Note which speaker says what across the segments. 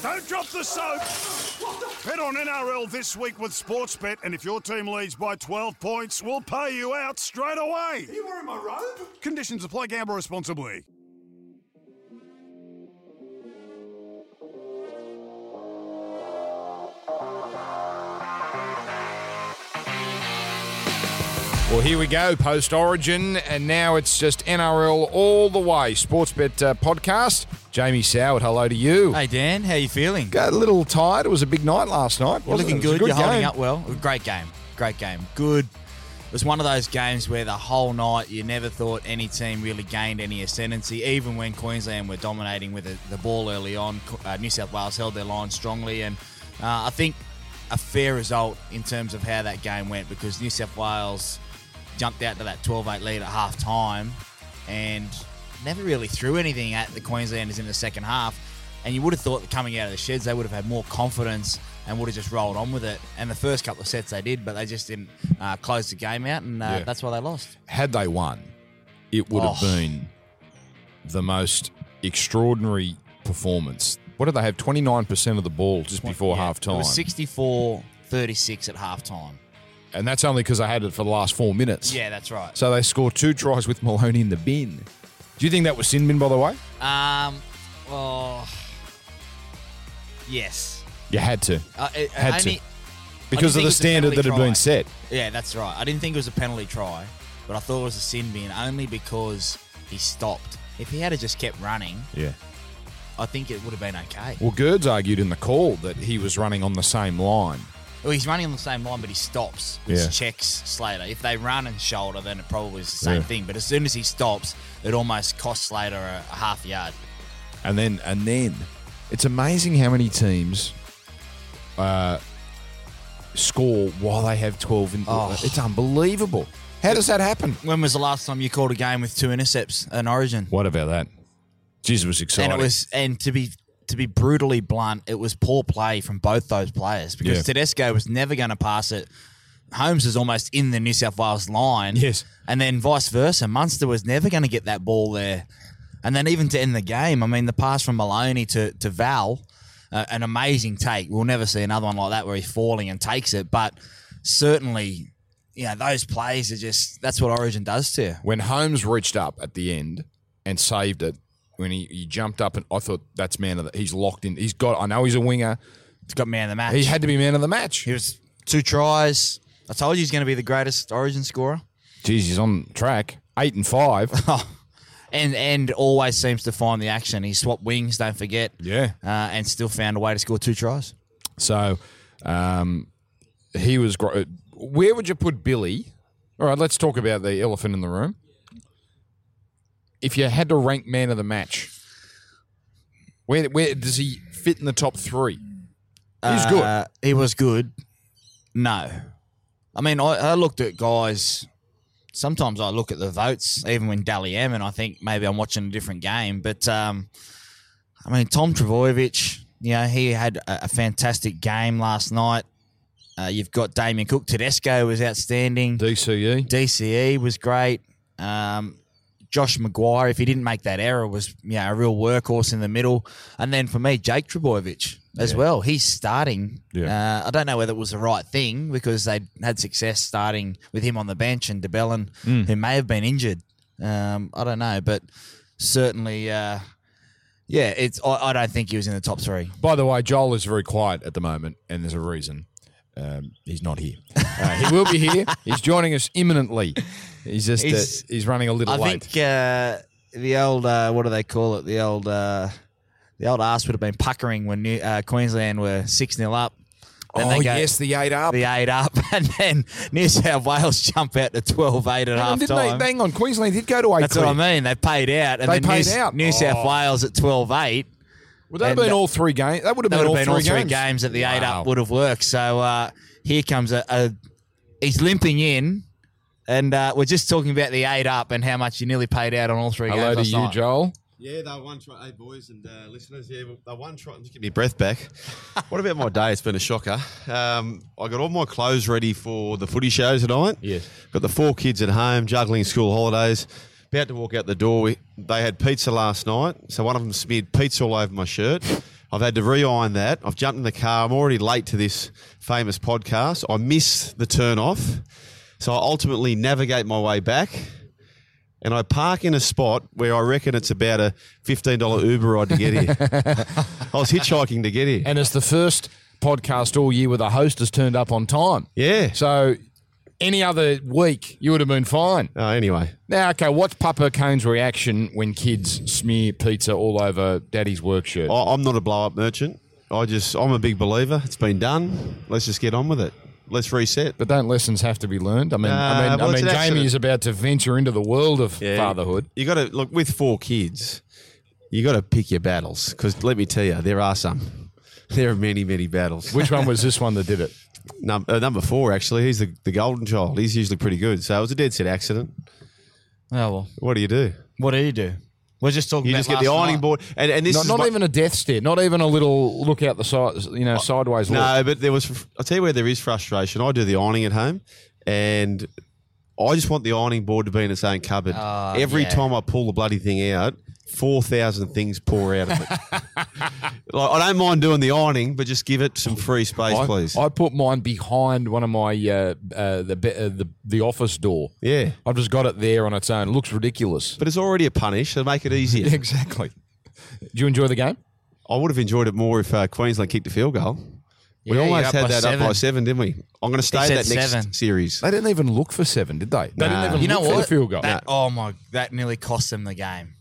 Speaker 1: Don't drop the soap. Bet on NRL this week with Sportsbet, and if your team leads by 12 points, we'll pay you out straight away.
Speaker 2: Are you wearing my robe?
Speaker 1: Conditions apply. Gamble responsibly.
Speaker 3: Well, here we go, post Origin, and now it's just NRL all the way. Sportsbet uh, podcast. Jamie Soward, hello to you.
Speaker 4: Hey Dan, how you feeling?
Speaker 3: Got a little tired. It was a big night last night.
Speaker 4: You're
Speaker 3: wasn't
Speaker 4: looking
Speaker 3: it? It was a
Speaker 4: good. You're holding
Speaker 3: game.
Speaker 4: up well. Great game. Great game. Good. It was one of those games where the whole night you never thought any team really gained any ascendancy, even when Queensland were dominating with the, the ball early on. Co- Uh, New South Wales held their line strongly, and uh, I think a fair result in terms of how that game went because New South Wales jumped out to that 12-8 lead at half time and never really threw anything at the Queenslanders in the second half. And you would have thought that coming out of the sheds, they would have had more confidence and would have just rolled on with it. And the first couple of sets they did, but they just didn't uh, close the game out, and uh,
Speaker 3: Yeah.
Speaker 4: that's why they lost.
Speaker 3: Had they won, it would have
Speaker 4: Oh.
Speaker 3: been the most extraordinary performance. What did they have? Twenty nine percent of the ball just before
Speaker 4: Yeah.
Speaker 3: half
Speaker 4: It
Speaker 3: time,
Speaker 4: was 64 36 at half time.
Speaker 3: and that's only because they had it for the last four minutes.
Speaker 4: Yeah, that's right.
Speaker 3: So they scored two tries with Maloney in the bin. Do you think that was sin bin, by the way?
Speaker 4: Um, oh, yes.
Speaker 3: You had to
Speaker 4: Uh, it-
Speaker 3: Had to.
Speaker 4: only-
Speaker 3: because of
Speaker 4: think it
Speaker 3: the
Speaker 4: was a
Speaker 3: standard that
Speaker 4: penalty
Speaker 3: had been
Speaker 4: try.
Speaker 3: set.
Speaker 4: Yeah, that's right. I didn't think it was a penalty try, but I thought it was a sin bin only because he stopped. If he had have just kept running,
Speaker 3: Yeah.
Speaker 4: I think it would have been okay.
Speaker 3: Well, Gerds argued in the call that he was running on the same line.
Speaker 4: Well, he's running on the same line, but he stops, which
Speaker 3: Yeah.
Speaker 4: checks Slater. If they run and shoulder, then it probably is the same
Speaker 3: Yeah.
Speaker 4: thing. But as soon as he stops, it almost costs Slater a, a half yard.
Speaker 3: And then, and then, it's amazing how many teams uh, score while they have 12 in
Speaker 4: Oh.
Speaker 3: It's unbelievable. How does that happen?
Speaker 4: When was the last time you called a game with two intercepts in Origin?
Speaker 3: What about that? Jesus was exciting.
Speaker 4: And it was, and to be to be brutally blunt, it was poor play from both those players because
Speaker 3: Yeah.
Speaker 4: Tedesco was never going to pass it. Holmes is almost in the New South Wales line.
Speaker 3: Yes.
Speaker 4: and then vice versa, Munster was never going to get that ball there. And then even to end the game, I mean, the pass from Maloney to to Val, uh, an amazing take. We'll never see another one like that where he's falling and takes it. But certainly, you know, those plays are just that's what Origin does to you.
Speaker 3: when Holmes reached up at the end and saved it, when he, he jumped up and I thought that's man of the he's locked in. He's got I know he's a winger.
Speaker 4: It's got man of the match.
Speaker 3: He had to be man of the match.
Speaker 4: He was two tries. I told you he's going to be the greatest Origin scorer,
Speaker 3: Jeez, he's on track. Eight and five.
Speaker 4: and and always seems to find the action. He swapped wings, don't forget.
Speaker 3: Yeah.
Speaker 4: uh, and still found a way to score two tries.
Speaker 3: So um, he was great. Where would you put Billy? All right, let's talk about the elephant in the room. If you had to rank man of the match, where where does he fit in the top three? He's good.
Speaker 4: Uh, he was good. No, I mean I, I looked at guys. Sometimes I look at the votes, even when Dally M, and I think maybe I'm watching a different game. But um, I mean Tom Travojevic, you know, he had a, a fantastic game last night. Uh, you've got Damien Cook. Tedesco was outstanding. E.
Speaker 3: DCE.
Speaker 4: DCE was great. Um, Josh Maguire, if he didn't make that error, was you know, a real workhorse in the middle. And then for me, Jake Trebojevic as well. He's starting.
Speaker 3: Yeah.
Speaker 4: Uh, I don't know whether it was the right thing because they had success starting with him on the bench and DeBellin, who may have been injured. Um, I don't know, but certainly, uh, yeah, it's. I, I don't think he was in the top three.
Speaker 3: By the way, Joel is very quiet at the moment, and there's a reason. Um, he's not here. Uh, he will be here. He's joining us imminently. He's just
Speaker 4: He's-
Speaker 3: uh, he's running a little
Speaker 4: I
Speaker 3: late.
Speaker 4: think uh, the old uh, what do they call it? The old uh, the old ass would have been puckering when New, uh, Queensland were six 0 up. Then
Speaker 3: oh
Speaker 4: they go
Speaker 3: yes, the eight up.
Speaker 4: the eight up, and then New South Wales jump out to 12-8 at
Speaker 3: Hang on,
Speaker 4: half
Speaker 3: didn't they-
Speaker 4: time.
Speaker 3: hang on, Queensland did go to eight.
Speaker 4: That's what I mean. They paid out, and
Speaker 3: They
Speaker 4: then New,
Speaker 3: paid
Speaker 4: S-
Speaker 3: out. Oh.
Speaker 4: New South Wales at 12-8.
Speaker 3: Would that have
Speaker 4: And
Speaker 3: been
Speaker 4: that-
Speaker 3: all three games? That would have
Speaker 4: That
Speaker 3: been,
Speaker 4: would
Speaker 3: all,
Speaker 4: have been
Speaker 3: three
Speaker 4: all three
Speaker 3: games.
Speaker 4: games that the eight
Speaker 3: Wow.
Speaker 4: up would have worked. So uh, here comes a, a he's limping in. And uh, we're just talking about the eight up and how much you nearly paid out on all three
Speaker 3: Hello
Speaker 4: games.
Speaker 3: to
Speaker 4: last
Speaker 3: you,
Speaker 4: night.
Speaker 3: Joel.
Speaker 5: Yeah, they one try. Hey, boys and uh, listeners, yeah, well, they one try. Just give me breath back. what about my day? It's been a shocker. Um, I got all my clothes ready for the footy show tonight.
Speaker 3: Yes.
Speaker 5: Got the four kids at home, juggling school holidays. About to walk out the door. We, they had pizza last night, so one of them smeared pizza all over my shirt. I've had to re-iron that. I've jumped in the car. I'm already late to this famous podcast. I miss the turn off. So I ultimately navigate my way back and I park in a spot where I reckon it's about a $15 Uber ride to get here. I was hitchhiking to get here.
Speaker 3: And it's the first podcast all year where the host has turned up on time.
Speaker 5: Yeah.
Speaker 3: So any other week, you would have been fine.
Speaker 5: Uh, anyway,
Speaker 3: Now, okay, what's Papa Cone's reaction when kids smear pizza all over Daddy's work
Speaker 4: Oh.
Speaker 3: shirt?
Speaker 5: I, I'm not a blow up merchant. I just, I'm a big believer. It's been done. Let's just get on with it. Let's reset.
Speaker 3: But don't lessons have to be learned? I mean,
Speaker 5: Nah,
Speaker 3: I mean,
Speaker 5: well,
Speaker 3: I
Speaker 5: it's
Speaker 3: mean,
Speaker 5: an
Speaker 3: Jamie
Speaker 5: accident.
Speaker 3: is about to venture into the world of fatherhood.
Speaker 5: You got to look with four kids. You got to pick your battles because let me tell you, there are some. There are many, many battles.
Speaker 3: Which one was this one that did it?
Speaker 5: Num- uh, number four, actually, he's the, the golden child. He's usually pretty good. So it was a dead set accident.
Speaker 4: Oh well.
Speaker 5: What do you do?
Speaker 4: What do you do? We're just talking.
Speaker 5: You
Speaker 4: about
Speaker 5: just get
Speaker 4: last
Speaker 5: the ironing
Speaker 4: night.
Speaker 5: board, and, and this
Speaker 3: Not,
Speaker 5: is
Speaker 3: not
Speaker 5: my-
Speaker 3: even a death stare. Not even a little look out the side, you know, sideways look.
Speaker 5: No, but there was. I'll tell you where there is frustration. I do the ironing at home, and I just want the ironing board to be in its own cupboard.
Speaker 4: Ah,
Speaker 5: Every
Speaker 4: yeah.
Speaker 5: time I pull the bloody thing out, four thousand things pour out of it. like, I don't mind doing the ironing, but just give it some free space,
Speaker 3: I,
Speaker 5: please.
Speaker 3: I put mine behind one of my uh, uh, the, be- uh, the the office door.
Speaker 5: yeah,
Speaker 3: I've just got it there on its own. It looks ridiculous.
Speaker 5: but it's already a punish. So make it easier.
Speaker 3: Exactly. Do you enjoy the game?
Speaker 5: I would have enjoyed it more if uh, Queensland kicked a field goal.
Speaker 4: Yeah,
Speaker 5: We
Speaker 4: you're
Speaker 5: almost
Speaker 4: up
Speaker 5: had
Speaker 4: by
Speaker 5: that up by
Speaker 4: seven.
Speaker 5: seven, didn't we? I'm going to stay
Speaker 4: said
Speaker 5: that next
Speaker 4: seven.
Speaker 5: series.
Speaker 3: They didn't even look for seven, did they? They
Speaker 5: Nah.
Speaker 3: didn't even
Speaker 4: You know
Speaker 3: look
Speaker 4: what?
Speaker 3: for the field goal.
Speaker 4: That, oh my! That nearly cost them the game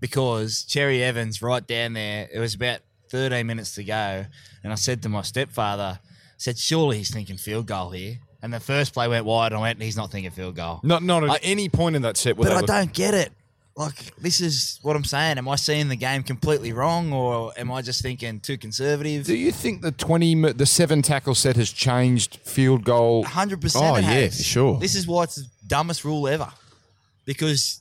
Speaker 4: because Cherry Evans right down there. It was about 13 minutes to go, and I said to my stepfather, I "said Surely he's thinking field goal here." And the first play went wide, and I went, "He's not thinking field goal."
Speaker 3: Not not at
Speaker 4: I-
Speaker 3: any point in that set. were
Speaker 4: but
Speaker 3: they
Speaker 4: I
Speaker 3: look-
Speaker 4: don't get it. Like this is what I'm saying. Am I seeing the game completely wrong, or am I just thinking too conservative?
Speaker 3: Do you think the twenty, mi- the seven tackle set has changed field goal?
Speaker 4: hundred percent.
Speaker 5: Oh,
Speaker 4: it
Speaker 5: yeah,
Speaker 4: has.
Speaker 5: sure.
Speaker 4: This is why it's the dumbest rule ever, because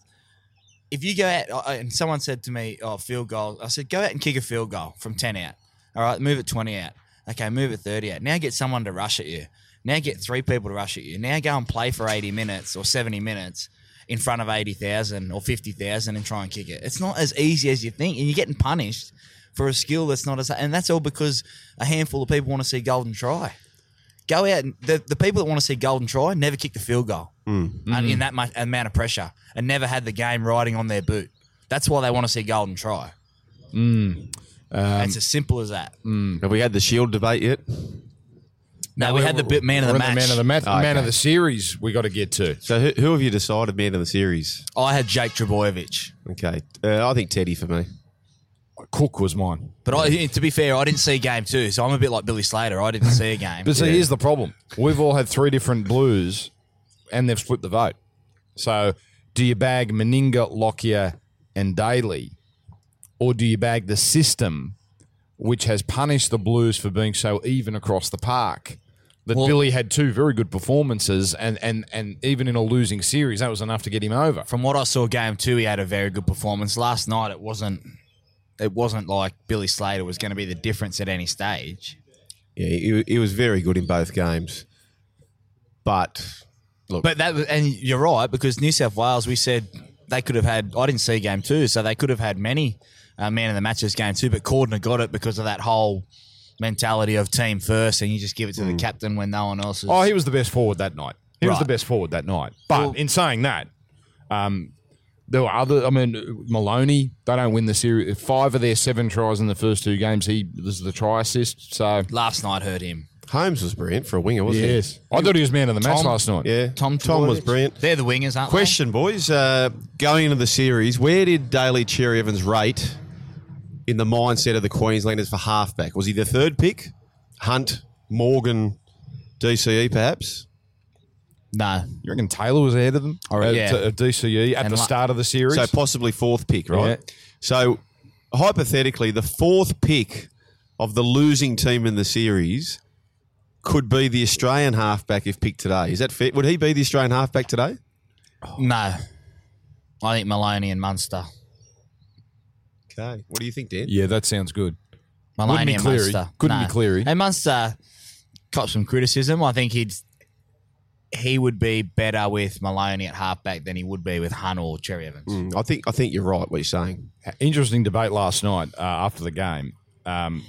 Speaker 4: if you go out uh, and someone said to me, "Oh, field goal," I said, "Go out and kick a field goal from ten out." All right, move it twenty out. Okay, move it thirty out. Now get someone to rush at you. Now get three people to rush at you. Now go and play for eighty minutes or seventy minutes. In front of eighty thousand or fifty thousand, and try and kick it. It's not as easy as you think, and you're getting punished for a skill that's not as. And that's all because a handful of people want to see golden try go out and the, the people that want to see golden try never kick the field goal and
Speaker 3: Hmm.
Speaker 4: in that much, amount of pressure and never had the game riding on their boot. That's why they want to see golden try.
Speaker 3: Hmm. Um,
Speaker 4: it's as simple as that.
Speaker 5: Have we had the shield debate yet?
Speaker 4: No, we had the bit man of
Speaker 3: We're
Speaker 4: the
Speaker 3: in
Speaker 4: match.
Speaker 3: man of the match,
Speaker 5: Oh,
Speaker 3: man of
Speaker 5: okay.
Speaker 3: the series. We got to get to.
Speaker 5: So who, who have you decided man of the series?
Speaker 4: I had Jake Trebojevic,
Speaker 5: Okay, uh, I think Teddy for me.
Speaker 3: Cook was mine.
Speaker 4: but
Speaker 3: Hmm.
Speaker 4: I, to be fair, I didn't see game two, so I'm a bit like Billy Slater. I didn't see a game.
Speaker 3: But see, here's the problem: we've all had three different blues, and they've split the vote. So, do you bag Meninga, Lockyer, and Daly, or do you bag the system, which has punished the Blues for being so even across the park? That
Speaker 4: Well-
Speaker 3: Billy had two very good performances, and, and, and even in a losing series, that was enough to get him over.
Speaker 4: From what I saw, game two, he had a very good performance. Last night, it wasn't. It wasn't like Billy Slater was going to be the difference at any stage.
Speaker 5: Yeah, he, he was very good in both games, but look,
Speaker 4: But that was- and you're right because New South Wales, we said they could have had. I didn't see game two, so they could have had many uh, man of the matches game two. But Cordner got it because of that whole mentality of team first, and you just give it to
Speaker 5: Mm.
Speaker 4: the captain when no one else is.
Speaker 3: Oh, he was the best forward that night. He was
Speaker 4: Right.
Speaker 3: the best forward that night. But
Speaker 4: Well-
Speaker 3: in saying that, um, there were other. I mean, Maloney. They don't win the series. Five of their seven tries in the first two games. He was the try assist. So
Speaker 4: Last night hurt him.
Speaker 5: Holmes was brilliant for a winger, wasn't
Speaker 3: I thought he was man of the match last night.
Speaker 5: he? Yeah,
Speaker 4: Tom
Speaker 5: Tom was
Speaker 4: Trbojevic.
Speaker 5: brilliant.
Speaker 4: They're the wingers, aren't
Speaker 5: Question, boys, uh, going into the series, where did Daly Cherry Evans rate in the mindset of the Queenslanders for halfback? Was he the third pick? Hunt, Morgan, DCE, perhaps.
Speaker 4: they? No,
Speaker 3: You reckon Taylor was ahead of them? All
Speaker 4: right,
Speaker 3: right,
Speaker 4: yeah.
Speaker 3: at, uh, at DCE at
Speaker 4: And
Speaker 3: the
Speaker 4: la-
Speaker 3: start of the series.
Speaker 5: So possibly fourth pick, right?
Speaker 3: Yeah.
Speaker 5: So hypothetically, the fourth pick of the losing team in the series could be the Australian halfback if picked today. Is that fair? Would he be the Australian halfback today?
Speaker 4: no. I think Maloney and Munster.
Speaker 5: Okay. What do you think, Dan?
Speaker 3: yeah, that sounds good. Wouldn't
Speaker 4: Maloney
Speaker 3: be
Speaker 4: and
Speaker 3: Cleary.
Speaker 4: Munster.
Speaker 3: Couldn't be Cleary.
Speaker 4: And Munster caught uh, some criticism. I think he'd he would be better with Maloney at halfback than he would be with Hunt or
Speaker 3: Mm,
Speaker 4: Cherry Evans.
Speaker 5: Mm, I think I think you're right. What you're saying.
Speaker 3: Interesting debate last night uh, after the game. Um,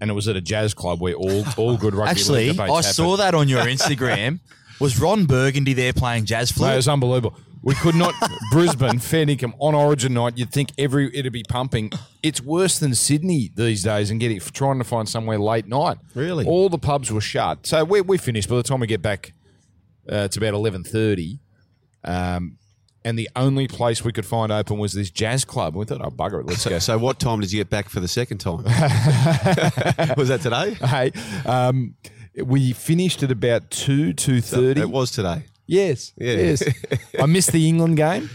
Speaker 3: and it was at a jazz club where all all good rugby
Speaker 4: Actually,
Speaker 3: league
Speaker 4: I
Speaker 3: debates
Speaker 4: saw
Speaker 3: happened.
Speaker 4: that on your Instagram. Was Ron Burgundy there playing jazz
Speaker 3: Mate, it
Speaker 4: flute?
Speaker 3: was unbelievable. We could not Brisbane fair income on Origin night. You'd think every it'd be pumping. It's worse than Sydney these days, and getting trying to find somewhere late night.
Speaker 5: Really?
Speaker 3: all the pubs were shut. So we we finished by the time we get back. Uh, it's about eleven thirty, um, and the only place we could find open was this jazz club. We thought, oh bugger it, let's go.
Speaker 5: So what time did you get back for the second time? was that today?
Speaker 3: hey, um, we finished at about two two thirty.
Speaker 5: It was today.
Speaker 3: Yes, yes. I missed the England game.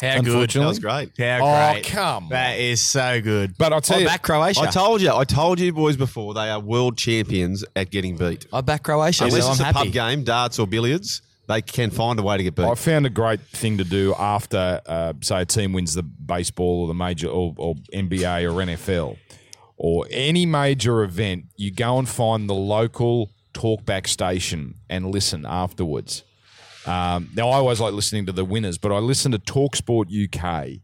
Speaker 4: How
Speaker 3: Unfortunately.
Speaker 5: That was great.
Speaker 4: How
Speaker 3: Oh,
Speaker 4: great.
Speaker 3: come
Speaker 4: That is so good.
Speaker 3: But I'll tell
Speaker 4: I
Speaker 3: you-
Speaker 4: Oh, back Croatia.
Speaker 5: I told you, I told you boys before, they are world champions at getting beat.
Speaker 4: I Oh, back
Speaker 3: Oh,
Speaker 4: Croatia,
Speaker 5: Unless
Speaker 4: so I'm
Speaker 5: it's a
Speaker 4: happy.
Speaker 5: pub game, darts or billiards, they can find a way to get beat.
Speaker 3: I found a great thing to do after, uh, say, a team wins the baseball or the major or, or NBA or NFL or any major event. You go and find the local talkback station and listen afterwards. Um, now, I always like listening to the winners, but I listen to Talksport UK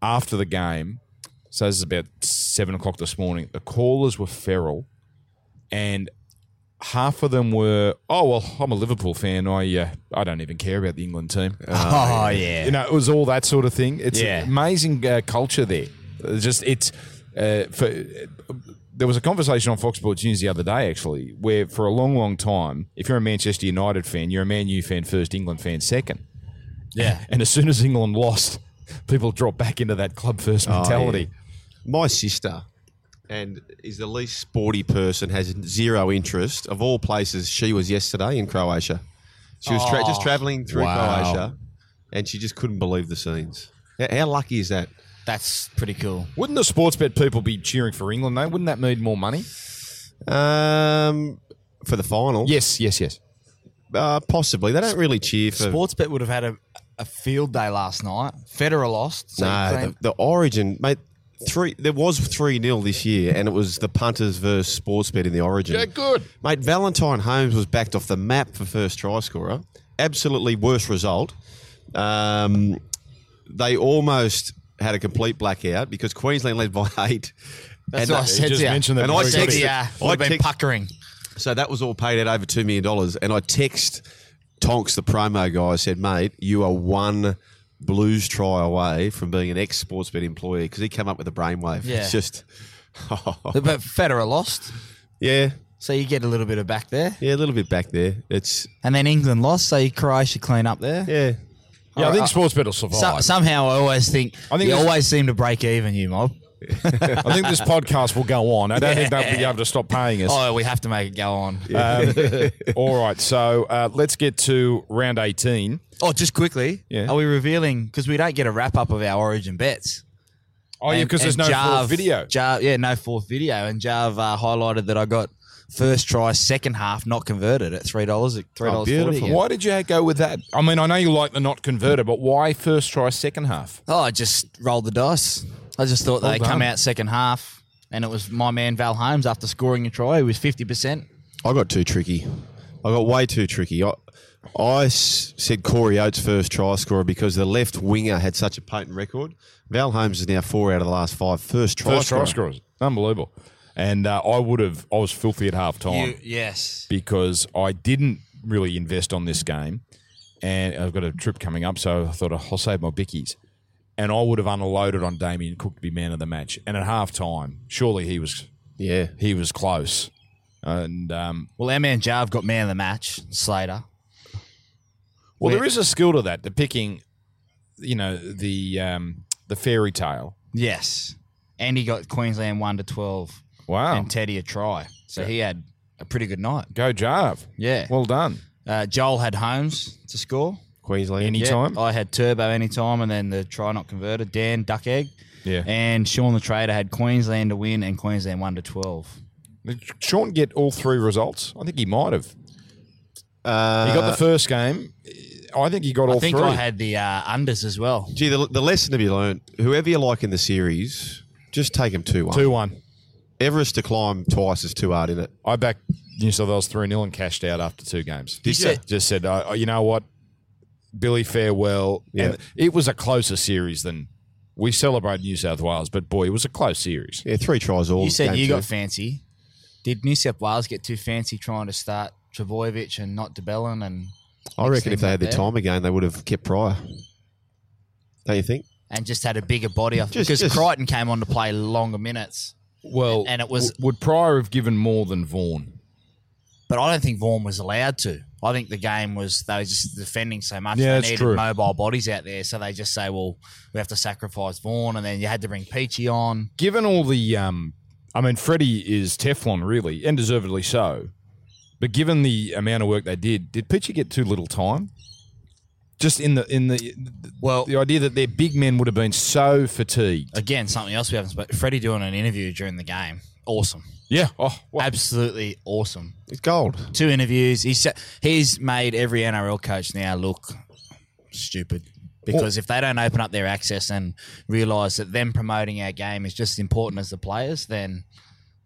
Speaker 3: after the game. So this is about seven o'clock this morning. The callers were feral, and half of them were, "Oh well, I'm a Liverpool fan. I uh, I don't even care about the England team."
Speaker 4: Oh yeah.
Speaker 3: you know, it was all that sort of thing. It's
Speaker 4: Yeah.
Speaker 3: amazing uh, culture there. Uh, Just it's uh, for. there was a conversation on Fox Sports News the other day, actually, where for a long, long time, if you're a Manchester United fan, you're a Man U fan first, England fan second.
Speaker 4: yeah.
Speaker 3: And as soon as England lost, people dropped back into that club first
Speaker 4: Oh,
Speaker 3: mentality.
Speaker 5: My sister, and is the least sporty person, has zero interest of all places. She was yesterday in Croatia. She was tra- just traveling through
Speaker 4: Oh. wow.
Speaker 5: Croatia, and she just couldn't believe the scenes. How, how lucky is that?
Speaker 4: That's pretty cool.
Speaker 3: Wouldn't the sports bet people be cheering for England, though? Wouldn't that mean more money?
Speaker 5: Um, for the final,
Speaker 3: Yes, yes, yes.
Speaker 5: uh, possibly. They don't really cheer for
Speaker 4: Sportsbet would have had a, a field day last night. Federer lost. So
Speaker 5: No,
Speaker 4: you're
Speaker 5: the,
Speaker 4: playing-
Speaker 5: the origin, mate. Three. There was three 0 this year, and it was the punters versus Sportsbet in the origin.
Speaker 3: Yeah, good.
Speaker 5: mate. Valentine Holmes was backed off the map for first try scorer. Absolutely worst result. Um, they almost had a complete blackout because Queensland led by eight.
Speaker 4: that's
Speaker 5: And
Speaker 4: what I
Speaker 5: that-
Speaker 4: said
Speaker 3: just
Speaker 4: to you.
Speaker 3: mentioned that
Speaker 4: and I
Speaker 5: very
Speaker 4: said to
Speaker 5: quickly.
Speaker 4: you,
Speaker 5: I
Speaker 4: would have been
Speaker 5: ticked-
Speaker 4: puckering.
Speaker 5: So that was all paid out over two million dollars, and I text Tonks, the promo guy, I said, "Mate, you are one Blues try away from being an ex Sportsbet employee because he came up with a brainwave.
Speaker 4: Yeah.
Speaker 5: It's just,
Speaker 4: But Federer lost,
Speaker 5: yeah,
Speaker 4: so you get a little bit of back there.
Speaker 5: yeah, a little bit back there. It's
Speaker 4: And then England lost, so Croatia clean up there.
Speaker 5: yeah,
Speaker 3: Yeah, I
Speaker 4: All
Speaker 3: think
Speaker 4: right.
Speaker 3: sports bet will survive.
Speaker 4: So, somehow I always think,
Speaker 3: I think
Speaker 4: you
Speaker 3: this-
Speaker 4: always seem to break even, you mob.
Speaker 3: I think this podcast will go on. I don't think they'll be able to stop paying us. Um,
Speaker 4: Oh, we have to make it go on. Uh,
Speaker 3: All right, so uh, let's get to round 18.
Speaker 4: oh, just quickly,
Speaker 3: Yeah.
Speaker 4: are we revealing because we don't get a wrap up of our origin bets?
Speaker 3: Oh, yeah,
Speaker 4: And-
Speaker 3: because there's
Speaker 4: and
Speaker 3: no
Speaker 4: Jarve-
Speaker 3: full video.
Speaker 4: Jarve- yeah, no fourth video, and Jav uh, highlighted that I got first try, second half not converted at three dollars. Three dollars forty.
Speaker 5: beautiful.
Speaker 4: again.
Speaker 3: Why did you go with that? I mean, I know you like the not converter, but why first try, second half?
Speaker 4: Oh, I just rolled the dice. I just thought they
Speaker 3: done.
Speaker 4: come out second half, and it was my man Val Holmes after scoring a try. He was fifty percent.
Speaker 5: I got too tricky. I got way too tricky. I, I s- said Corey Oates first try scorer because the left winger had such a potent record. Val Holmes is now four out of the last five first try
Speaker 3: First try
Speaker 5: scorer.
Speaker 3: scorers. Unbelievable. And uh, I would have, I was filthy at half time.
Speaker 4: yes.
Speaker 3: because I didn't really invest on this game, and I've got a trip coming up, so I thought I'll save my bickies. And I would have unloaded on Damien Cook to be man of the match. And at half time, surely he was
Speaker 5: Yeah,
Speaker 3: he was close. And um,
Speaker 4: Well, our man Jav got man of the match, Slater.
Speaker 3: well, there is a skill to that, to picking, you know, the um, the fairy tale.
Speaker 4: Yes. And he got Queensland one to twelve,
Speaker 3: Wow,
Speaker 4: and Teddy a try. So he had a pretty good night.
Speaker 3: go Jarve.
Speaker 4: Yeah.
Speaker 3: Well done.
Speaker 4: Uh, Joel had Holmes to score.
Speaker 5: Queensland.
Speaker 3: Any- Anytime?
Speaker 4: Yeah, I had Turbo anytime, and then the try not converted. Dan Duck Egg.
Speaker 3: Yeah.
Speaker 4: And Sean the Trader had Queensland to win and Queensland one to twelve.
Speaker 3: Did Sean get all three results? I think he might have.
Speaker 5: Uh,
Speaker 3: He got the first game. I think he got all
Speaker 4: I think
Speaker 3: three.
Speaker 4: I had the uh, unders as well.
Speaker 5: Gee, the, the lesson to be learned, whoever you like in the series, just take them 2 1.
Speaker 3: Two one.
Speaker 5: Everest to climb twice is too hard, isn't it?
Speaker 3: I backed New South Wales 3 0 and cashed out after two games.
Speaker 5: Did You ya? said-
Speaker 3: Just said, uh, you know what? Billy, farewell.
Speaker 5: Yeah.
Speaker 3: And it was a closer series than We celebrate New South Wales, but boy, it was a close series.
Speaker 5: Yeah, three tries all.
Speaker 4: You said
Speaker 5: game
Speaker 4: you
Speaker 5: two.
Speaker 4: got fancy. Did New South Wales get too fancy trying to start Trebojevic and not DeBellin? And
Speaker 5: I reckon if they had the
Speaker 4: there.
Speaker 5: time again, they would have kept prior. Don't you think?
Speaker 4: and just had a bigger body off
Speaker 5: Just-
Speaker 4: because
Speaker 5: just-
Speaker 4: Crichton came on to play longer minutes.
Speaker 3: Well,
Speaker 4: and it was-
Speaker 3: w- would Pryor have given more than Vaughan?
Speaker 4: But I don't think Vaughan was allowed to. I think the game was they were just defending so much.
Speaker 3: Yeah,
Speaker 4: they
Speaker 3: that's
Speaker 4: needed
Speaker 3: true.
Speaker 4: mobile bodies out there, so they just say, "Well, we have to sacrifice Vaughan," and then you had to bring Peachy on.
Speaker 3: Given all the, um, I mean, Freddie is Teflon really, and deservedly so. But given the amount of work they did, did Pitcher get too little time? Just in the in the well, the idea that their big men would have been so fatigued.
Speaker 4: Again, something else we haven't. But Freddie doing an interview during the game, awesome,
Speaker 3: Yeah. Oh, wow.
Speaker 4: absolutely awesome.
Speaker 5: It's gold.
Speaker 4: Two interviews. He's he's made every NRL coach now look stupid because if they don't open up their access and realise that them promoting our game is just as important as the players, then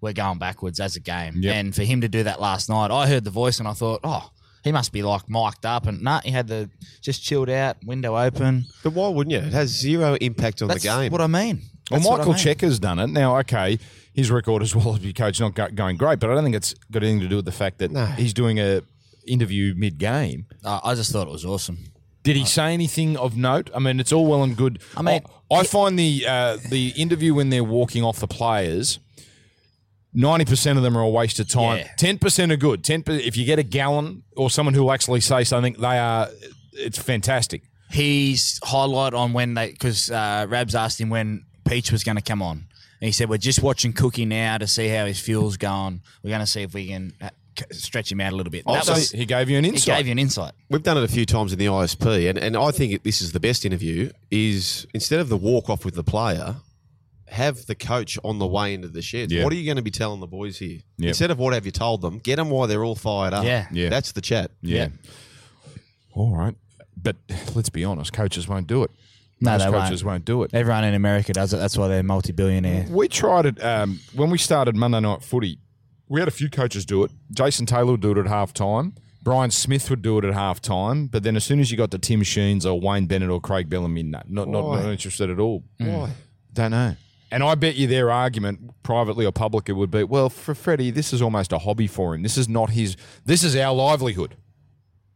Speaker 4: we're going backwards as a game.
Speaker 3: Yep.
Speaker 4: And for him to do that last night, I heard the voice and I thought, oh, he must be like mic'd up. And nah, he had the just chilled out, window open.
Speaker 5: But why wouldn't you? It has zero impact on
Speaker 4: That's
Speaker 5: the game.
Speaker 4: what I mean.
Speaker 3: Well,
Speaker 4: That's what I
Speaker 3: Michael
Speaker 4: mean.
Speaker 3: Checker's done it. Now, okay, his record as well as your coach not go- going great, but I don't think it's got anything to do with the fact that
Speaker 5: No.
Speaker 3: he's doing a interview mid game.
Speaker 4: Uh, I just thought it was awesome.
Speaker 3: Did he say anything of note? I mean, it's all well and good.
Speaker 4: I mean-
Speaker 3: I, I find the uh, the interview when they're walking off the players. Ninety percent of them are a waste of time.
Speaker 4: Yeah.
Speaker 3: Ten percent are good. Ten percent. If you get a gallon or someone who will actually say something, they are. It's fantastic.
Speaker 4: He's highlight on when they because uh, Rabs asked him when Peach was going to come on, and he said we're just watching Cookie now to see how his fuel's going. We're going to see if we can uh, c- stretch him out a little bit. That
Speaker 3: Also,
Speaker 4: was
Speaker 3: he gave you an
Speaker 4: it
Speaker 3: insight.
Speaker 4: gave you an insight.
Speaker 5: We've done it a few times in the ISP, and, and I think it, this is the best interview. Is instead of the walk off with the player, have the coach on the way into the shed.
Speaker 3: Yeah.
Speaker 5: What are you going to be telling the boys here?
Speaker 3: Yep.
Speaker 5: Instead of what have you told them, get them while they're all fired up.
Speaker 4: Yeah.
Speaker 3: Yeah.
Speaker 5: That's the chat.
Speaker 3: Yeah. All right. But let's be honest, coaches won't do it.
Speaker 4: No,
Speaker 3: Most
Speaker 4: they won't.
Speaker 3: coaches won't. do it.
Speaker 4: Everyone in America does it. That's why they're multi-billionaire.
Speaker 3: We tried it um, when we started Monday Night Footy. We had a few coaches do it. Jason Taylor would do it at half time. Brian Smith would do it at half time. But then as soon as you got to Tim Sheens or Wayne Bennett or Craig Bellamy, no, not, not,
Speaker 5: Why?
Speaker 3: not interested at all. Mm.
Speaker 5: Why?
Speaker 3: Don't know. And I bet you their argument, privately or publicly, would be, well, for Freddie, this is almost a hobby for him. This is not his. This is our livelihood.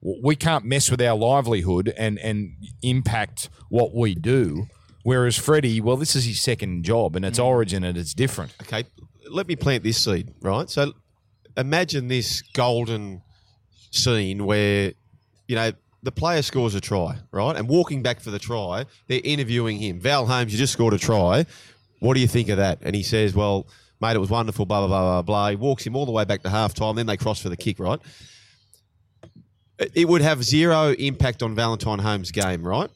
Speaker 3: W- We can't mess with our livelihood and and impact what we do. Whereas Freddie, well, this is his second job, and it's origin and it's different.
Speaker 5: Okay, let me plant this seed, right? So imagine this golden scene where, you know, the player scores a try, right? And walking back for the try, they're interviewing him. Val Holmes, you just scored a try. What do you think of that? And he says, well, mate, it was wonderful, blah, blah, blah, blah, blah. He walks him all the way back to halftime, then they cross for the kick, right? It- It would have zero impact on Valentine Holmes' game, right?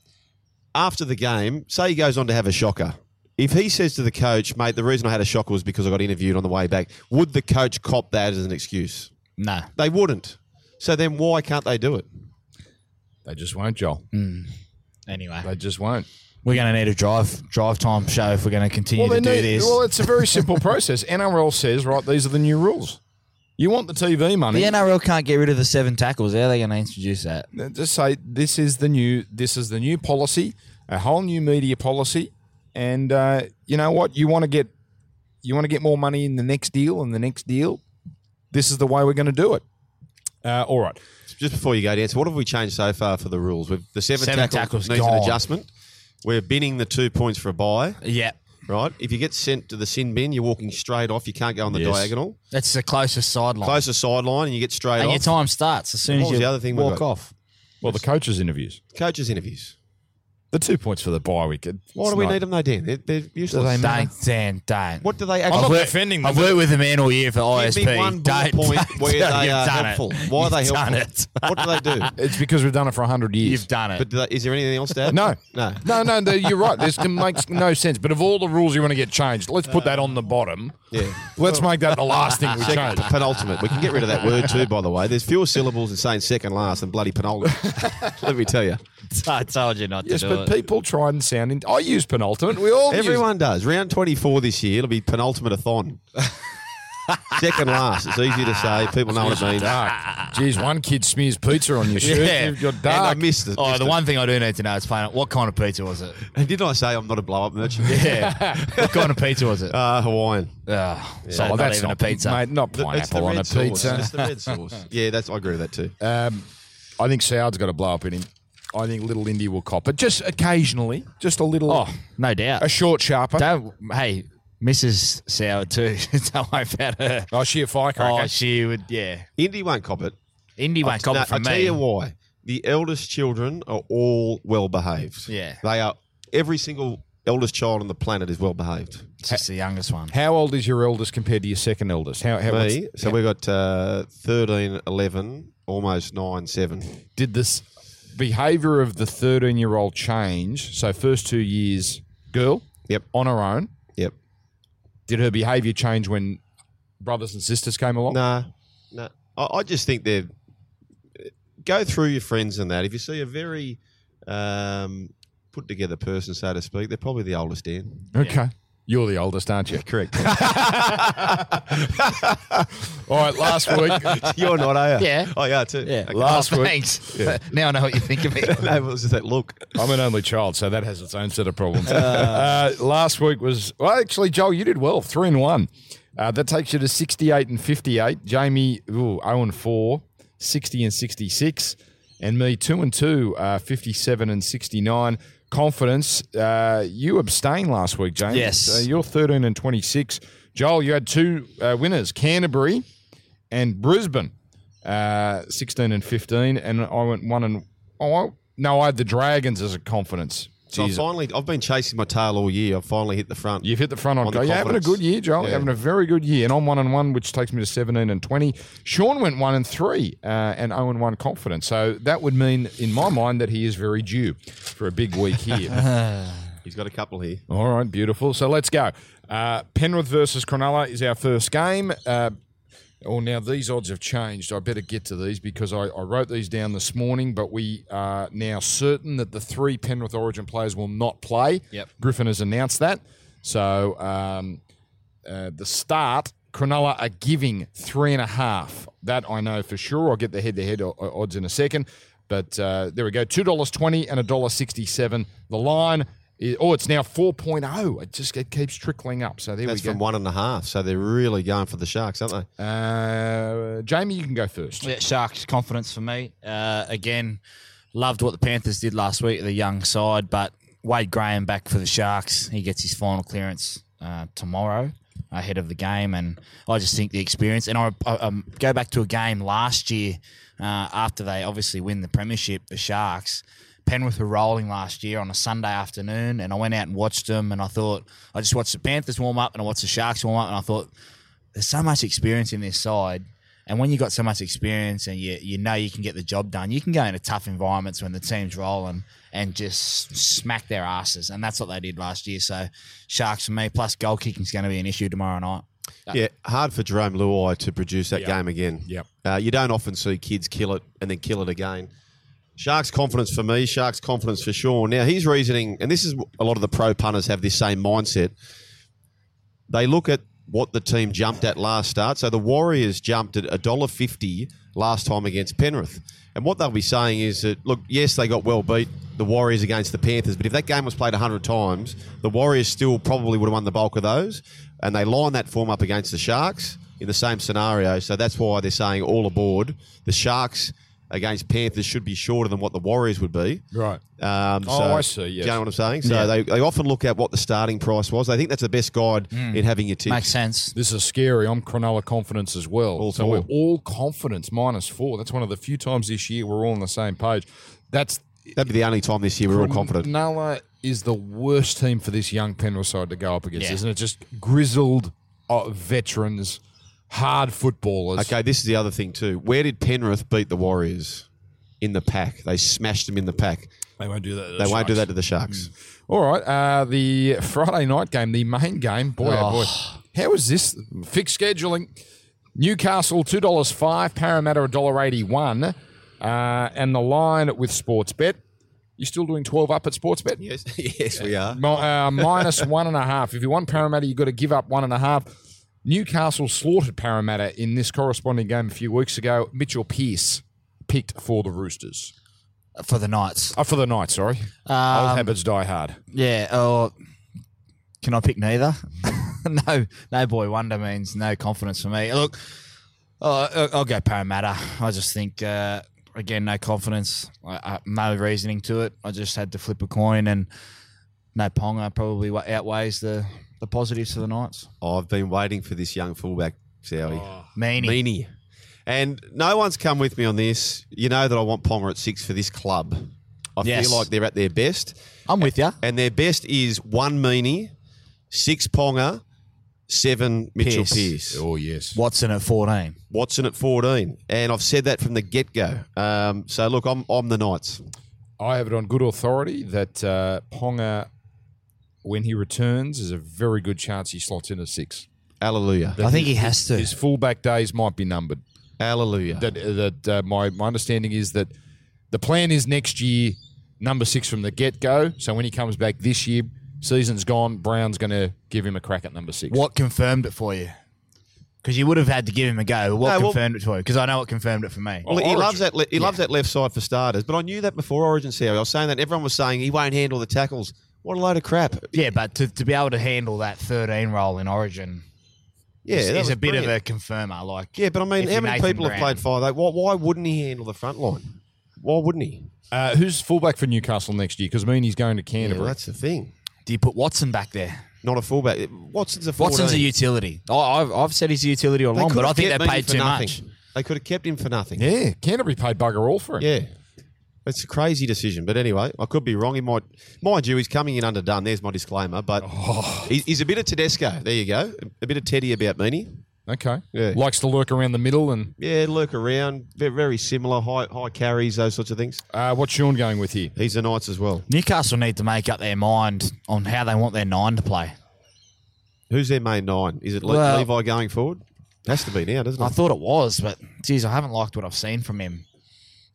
Speaker 5: After the game, say he goes on to have a shocker. If he says to the coach, mate, the reason I had a shocker was because I got interviewed on the way back, would the coach cop that as an excuse?
Speaker 4: No,
Speaker 5: They wouldn't. So then why can't they do it?
Speaker 3: They just won't, Joel.
Speaker 4: anyway,
Speaker 3: They just won't.
Speaker 4: we're going to need a drive drive time show if we're going to continue to do
Speaker 3: they need-
Speaker 4: this.
Speaker 3: well, it's a very simple process. NRL says, right, these are the new rules. You want the TV money?
Speaker 4: the NRL can't get rid of the seven tackles. How are they going to introduce that?
Speaker 3: Uh, just say this is the new this is the new policy a whole new media policy and uh, you know what you want to get you want to get more money in the next deal and the next deal this is the way we're going to do it uh, all right
Speaker 5: Just before you go, Dan, so what have we changed so far for the rules? We've, the seven,
Speaker 4: Seven
Speaker 5: tackles
Speaker 4: tackles
Speaker 5: needs an
Speaker 4: gone.
Speaker 5: adjustment. We're binning the two points for a buy,
Speaker 4: Yeah,
Speaker 5: right? If you get sent to the sin bin, you're walking straight off. You can't go on the
Speaker 3: Yes.
Speaker 5: diagonal.
Speaker 4: that's the closest sideline.
Speaker 5: Close the sideline and you get straight
Speaker 4: And your
Speaker 5: off.
Speaker 4: time starts as soon
Speaker 5: What
Speaker 4: as
Speaker 5: was
Speaker 4: you
Speaker 5: the other thing we
Speaker 4: walk
Speaker 5: got?
Speaker 4: off.
Speaker 3: well the coaches interviews
Speaker 5: Coaches' interviews.
Speaker 3: the two points for the bye week it-
Speaker 5: Why
Speaker 3: it's
Speaker 5: do we
Speaker 3: not-
Speaker 5: need them though, Dan? They're, they're useless.
Speaker 4: Don't, Dan, don't.
Speaker 5: what do they
Speaker 3: I'm
Speaker 5: actually
Speaker 3: not
Speaker 5: do?
Speaker 3: defending them
Speaker 4: I've worked with a man all year for
Speaker 5: Give
Speaker 4: ISP.
Speaker 5: me one bullet
Speaker 4: Don't-
Speaker 5: point
Speaker 4: don't-
Speaker 5: where
Speaker 4: don't.
Speaker 5: they
Speaker 4: You've
Speaker 5: are
Speaker 4: done it.
Speaker 5: helpful. Why are they
Speaker 4: You've
Speaker 5: helpful?
Speaker 4: done it.
Speaker 5: What do they do?
Speaker 3: it's because we've done it for 100 years
Speaker 4: You've done it.
Speaker 5: But do they, is there anything else to add?
Speaker 3: No.
Speaker 5: No.
Speaker 3: no, no, no, you're right. This can- makes no sense. But of all the rules you want to get changed, let's put that on the bottom.
Speaker 5: Yeah.
Speaker 3: Let's make that the last thing we change.
Speaker 5: Penultimate. We can get rid of that word too, by the way. There's fewer syllables in saying second last than bloody penultimate. Let me tell you.
Speaker 4: I told you not
Speaker 3: Yes,
Speaker 4: to do
Speaker 3: but
Speaker 4: it.
Speaker 3: people try and sound. In- I use penultimate. We all use-
Speaker 5: Everyone does. Round 24 this year, it'll be penultimate a thon. Second last. It's easy to say. People know what it means.
Speaker 4: Ah.
Speaker 3: Dark. Geez, one kid smears pizza on your shirt. You've got
Speaker 5: And I
Speaker 3: dark.
Speaker 5: missed it.
Speaker 4: Oh,
Speaker 5: missed
Speaker 4: the
Speaker 5: it.
Speaker 4: one thing I do need to know is, Payne, what kind of pizza was it?
Speaker 5: And didn't I say I'm not a blow up merchant?
Speaker 4: Yeah. what kind of pizza was it? Uh,
Speaker 5: Uh, Hawaiian.
Speaker 4: Ah, so not even a pizza.
Speaker 3: mate. Oh, Not pineapple on a pizza. Um,
Speaker 5: the red sauce. yeah, that's I agree with that too.
Speaker 3: Uh, I think Soward's got to blow up in him. I think little Indy will cop it just occasionally, just a little,
Speaker 4: Oh, no doubt.
Speaker 3: a short sharper.
Speaker 4: Don't, hey, Mrs. Sour too. Don't worry about her.
Speaker 3: Oh, she a firecracker.
Speaker 4: Oh, she would, yeah.
Speaker 5: Indy won't cop it.
Speaker 4: Indy won't cop
Speaker 5: No,
Speaker 4: it from
Speaker 5: I tell
Speaker 4: me.
Speaker 5: you why. The eldest children are all well behaved.
Speaker 4: Yeah.
Speaker 5: they are. Every single eldest child on the planet is well behaved.
Speaker 4: It's just the youngest one.
Speaker 3: How old is your eldest compared to your second eldest? How, how what's-
Speaker 5: Me, so we've got uh, 13, 11, almost 9, 7.
Speaker 3: did this behavior of the 13 year old change? So, first two years, girl
Speaker 5: Yep,
Speaker 3: on her own.
Speaker 5: yep.
Speaker 3: Did her behavior change when brothers and sisters came along?
Speaker 5: Nah, nah. I, I just think they're go through your friends and that. If you see a very um, put together person, so to speak, they're probably the oldest in.
Speaker 3: Okay. You're the oldest, aren't you?
Speaker 5: Correct.
Speaker 3: All right, last week.
Speaker 5: You're not, are you?
Speaker 4: Yeah.
Speaker 5: Oh, yeah, too.
Speaker 4: Yeah.
Speaker 5: Okay.
Speaker 3: Last
Speaker 4: Oh,
Speaker 3: week.
Speaker 4: Thanks. now I know what you think of it.
Speaker 5: No, it was just that look.
Speaker 3: I'm an only child, so that has its own set of problems. Uh, last week was well, actually, Joel, you did well, three and one. Uh, that takes you to 68 and 58. Jamie, ooh, 0 and 4, 60 and 66. And me, 2 and 2, uh, 57 and 69. Confidence, uh, you abstained last week, James.
Speaker 4: Yes.
Speaker 3: Uh, you're 13 and 26. Joel, you had two uh, winners Canterbury and Brisbane, uh, 16 and 15. And I went one and. Oh, I, no, I had the Dragons as a confidence.
Speaker 5: So I
Speaker 3: Jeez.
Speaker 5: finally, I've been chasing my tail all year. I've finally hit the front.
Speaker 3: You've hit the front on.
Speaker 5: On
Speaker 3: go.
Speaker 5: the
Speaker 3: You're having a
Speaker 5: confidence.
Speaker 3: good year, Joel.
Speaker 5: Yeah.
Speaker 3: You're having a very good year. And I'm one and one, which takes me to 17 and 20. Sean went one and three uh, and 0 and one confidence. So that would mean, in my mind, that he is very due for a big week here.
Speaker 5: He's got a couple here.
Speaker 3: All right, beautiful. So let's go. Uh, Penrith versus Cronulla is our first game. Uh, Oh, now these odds have changed. I better get to these because I, I wrote these down this morning, but we are now certain that the three Penrith Origin players will not play.
Speaker 4: Yep.
Speaker 3: Griffin has announced that. So um, uh, the start, Cronulla are giving three and a half. That I know for sure. I'll get the head to head odds in a second. But uh, there we go $2.20 and $1.67. The line. Is, oh, it's now 4.0. It just it keeps trickling up. So there
Speaker 5: That's
Speaker 3: we
Speaker 5: from
Speaker 3: go.
Speaker 5: one and a half. So they're really going for the sharks, aren't they?
Speaker 3: uh, Jamie, you can go first.
Speaker 4: Yeah, Sharks confidence for me. Uh, again, loved what the Panthers did last week, the young side, but Wade Graham back for the Sharks. He gets his final clearance uh, tomorrow ahead of the game, and I just think the experience. And I, I um, go back to a game last year uh, after they obviously win the premiership, the Sharks. Penrith were rolling last year on a Sunday afternoon, and I went out and watched them. And I thought, I just watched the Panthers warm up, and I watched the Sharks warm up, and I thought, there's so much experience in this side. And when you got so much experience and you, you know you can get the job done, you can go into tough environments when the team's rolling and just smack their asses. And that's what they did last year. So, Sharks for me, plus goal kicking is going to be an issue tomorrow night.
Speaker 5: Yeah, hard for Jerome Luai to produce that game again.
Speaker 3: Yep.
Speaker 5: Uh, you don't often see kids kill it and then kill it again. Sharks confidence for me, Sharks confidence for Sean. Now, he's reasoning, and this is wh- a lot of the pro punters have this same mindset. They look at what the team jumped at last start. So the Warriors jumped at $1.50 last time against Penrith. And what they'll be saying is that, look, yes, they got well beat, the Warriors against the Panthers, but if that game was played 100 times, the Warriors still probably would have won the bulk of those. And they line that form up against the Sharks in the same scenario. So that's why they're saying all aboard. The Sharks against Panthers should be shorter than what the Warriors would be.
Speaker 3: Right.
Speaker 5: Um,
Speaker 3: Oh,
Speaker 5: so-
Speaker 3: I see, yes.
Speaker 5: Do you know what I'm saying? So
Speaker 3: Yeah.
Speaker 5: they, they often look at what the starting price was. They think that's the best guide
Speaker 3: Hmm.
Speaker 5: in having your tips.
Speaker 4: Makes sense.
Speaker 3: This is scary. I'm Cronulla confidence as well.
Speaker 5: All
Speaker 3: so
Speaker 5: four.
Speaker 3: we're all confidence minus four. That's one of the few times this year we're all on the same page. That's
Speaker 5: That'd be the only time this year we're all confident.
Speaker 3: Cronulla is the worst team for this young Penrith side to go up against,
Speaker 4: Yeah.
Speaker 3: isn't it? Just grizzled uh, veterans, hard footballers.
Speaker 5: Okay, this is the other thing too. Where did Penrith beat the Warriors? In the pack. They smashed them in the pack.
Speaker 3: They won't do that.
Speaker 5: They won't do that to the Sharks.
Speaker 3: All right. Uh, the Friday night game, the main game. Boy, oh,
Speaker 4: Oh.
Speaker 3: boy. How is this? Fixed scheduling. Newcastle two dollars five, Parramatta a dollar eighty one, uh, and the line with Sportsbet. You still doing twelve up at Sportsbet? Yeah.
Speaker 5: Yes, yes, we are.
Speaker 3: Uh, minus one and a half. If you want Parramatta, you've got to give up one and a half. Newcastle slaughtered Parramatta in this corresponding game a few weeks ago. Mitchell Pearce picked for the Roosters.
Speaker 4: for the Knights.
Speaker 3: Oh, for the Knights, sorry. Old habits die hard.
Speaker 4: Yeah. Or can I pick neither? no, no boy wonder means no confidence for me. Look, uh, I- I'll go Parramatta. I just think uh, again, no confidence, I, I, no reasoning to it. I just had to flip a coin, and no Ponga probably wa- outweighs the the positives for the Knights.
Speaker 5: I've been waiting for this young fullback, Sowie.
Speaker 3: Oh.
Speaker 4: Meanie.
Speaker 5: Meanie. And no one's come with me on this. You know that I want Ponga at six for this club. I
Speaker 4: Yes.
Speaker 5: feel like they're at their best.
Speaker 4: I'm with you.
Speaker 5: And their best is one Meanie, six Ponga, seven Mitchell
Speaker 4: Pearce.
Speaker 5: Pearce.
Speaker 3: Oh, yes.
Speaker 4: Watson at 14.
Speaker 5: Watson at 14. And I've said that from the get go. Um, so look, I'm, I'm the Knights.
Speaker 3: I have it on good authority that uh, Ponga, when he returns, is a very good chance he slots in a six.
Speaker 5: Hallelujah.
Speaker 4: I think he has to.
Speaker 3: His fullback days might be numbered.
Speaker 5: Hallelujah.
Speaker 3: That, that uh, my, my understanding is that the plan is next year, number six from the get go. So when he comes back this year, season's gone, Brown's going to give him a crack at number six.
Speaker 4: What confirmed it for you? Because you would have had to give him a go. What
Speaker 5: No, well-
Speaker 4: confirmed it for you? Because I know what confirmed it for me.
Speaker 5: Well, he
Speaker 3: Origin.
Speaker 5: loves that. Le- he loves that left side for starters. But I knew that before Origin. Sarah, I was saying that everyone was saying he won't handle the tackles. What a load of crap!
Speaker 4: Yeah, but to, to be able to handle that 13 role in Origin
Speaker 5: Yeah,
Speaker 4: is,
Speaker 5: that
Speaker 4: is
Speaker 5: was
Speaker 4: a bit
Speaker 5: brilliant.
Speaker 4: of a confirmer. Like,
Speaker 5: Yeah, but I mean,
Speaker 4: if
Speaker 5: how
Speaker 4: you're
Speaker 5: many
Speaker 4: Nathan
Speaker 5: people have
Speaker 4: Brown.
Speaker 5: played five? Like, why, why wouldn't he handle the front line? Why wouldn't he?
Speaker 3: Uh, who's fullback for Newcastle next year? Because mean he's going to
Speaker 5: Yeah,
Speaker 3: Canterbury.
Speaker 5: that's the thing.
Speaker 4: Do you put Watson back there?
Speaker 5: Not a fullback. Watson's a 14.
Speaker 4: Watson's a utility. I, I've, I've said he's a utility all
Speaker 5: They
Speaker 4: along,
Speaker 5: could
Speaker 4: but I
Speaker 5: have
Speaker 4: think they
Speaker 5: kept Meany
Speaker 4: paid
Speaker 5: for
Speaker 4: too
Speaker 5: nothing.
Speaker 4: much.
Speaker 5: They could have kept him for nothing. Yeah.
Speaker 3: yeah, Canterbury paid bugger all for him.
Speaker 5: It's a crazy decision, but anyway, I could be wrong. He might, mind you, he's coming in underdone. There's my disclaimer, but
Speaker 4: Oh.
Speaker 5: he- he's a bit of Tedesco. There you go, a bit of Teddy about Meany.
Speaker 3: Okay.
Speaker 5: Yeah.
Speaker 3: Likes to lurk around the middle. And
Speaker 5: Yeah, lurk around, ve- very similar, high high carries, those sorts of things.
Speaker 3: uh, what's Sean going with here?
Speaker 5: He's the Knights as well.
Speaker 4: Newcastle need to make up their mind on how they want their nine to play.
Speaker 5: Who's their main nine? Is it Le-
Speaker 4: Well-
Speaker 5: Levi going forward? Has to be now, doesn't
Speaker 4: I
Speaker 5: it?
Speaker 4: thought it was, but geez, I haven't liked what I've seen from him.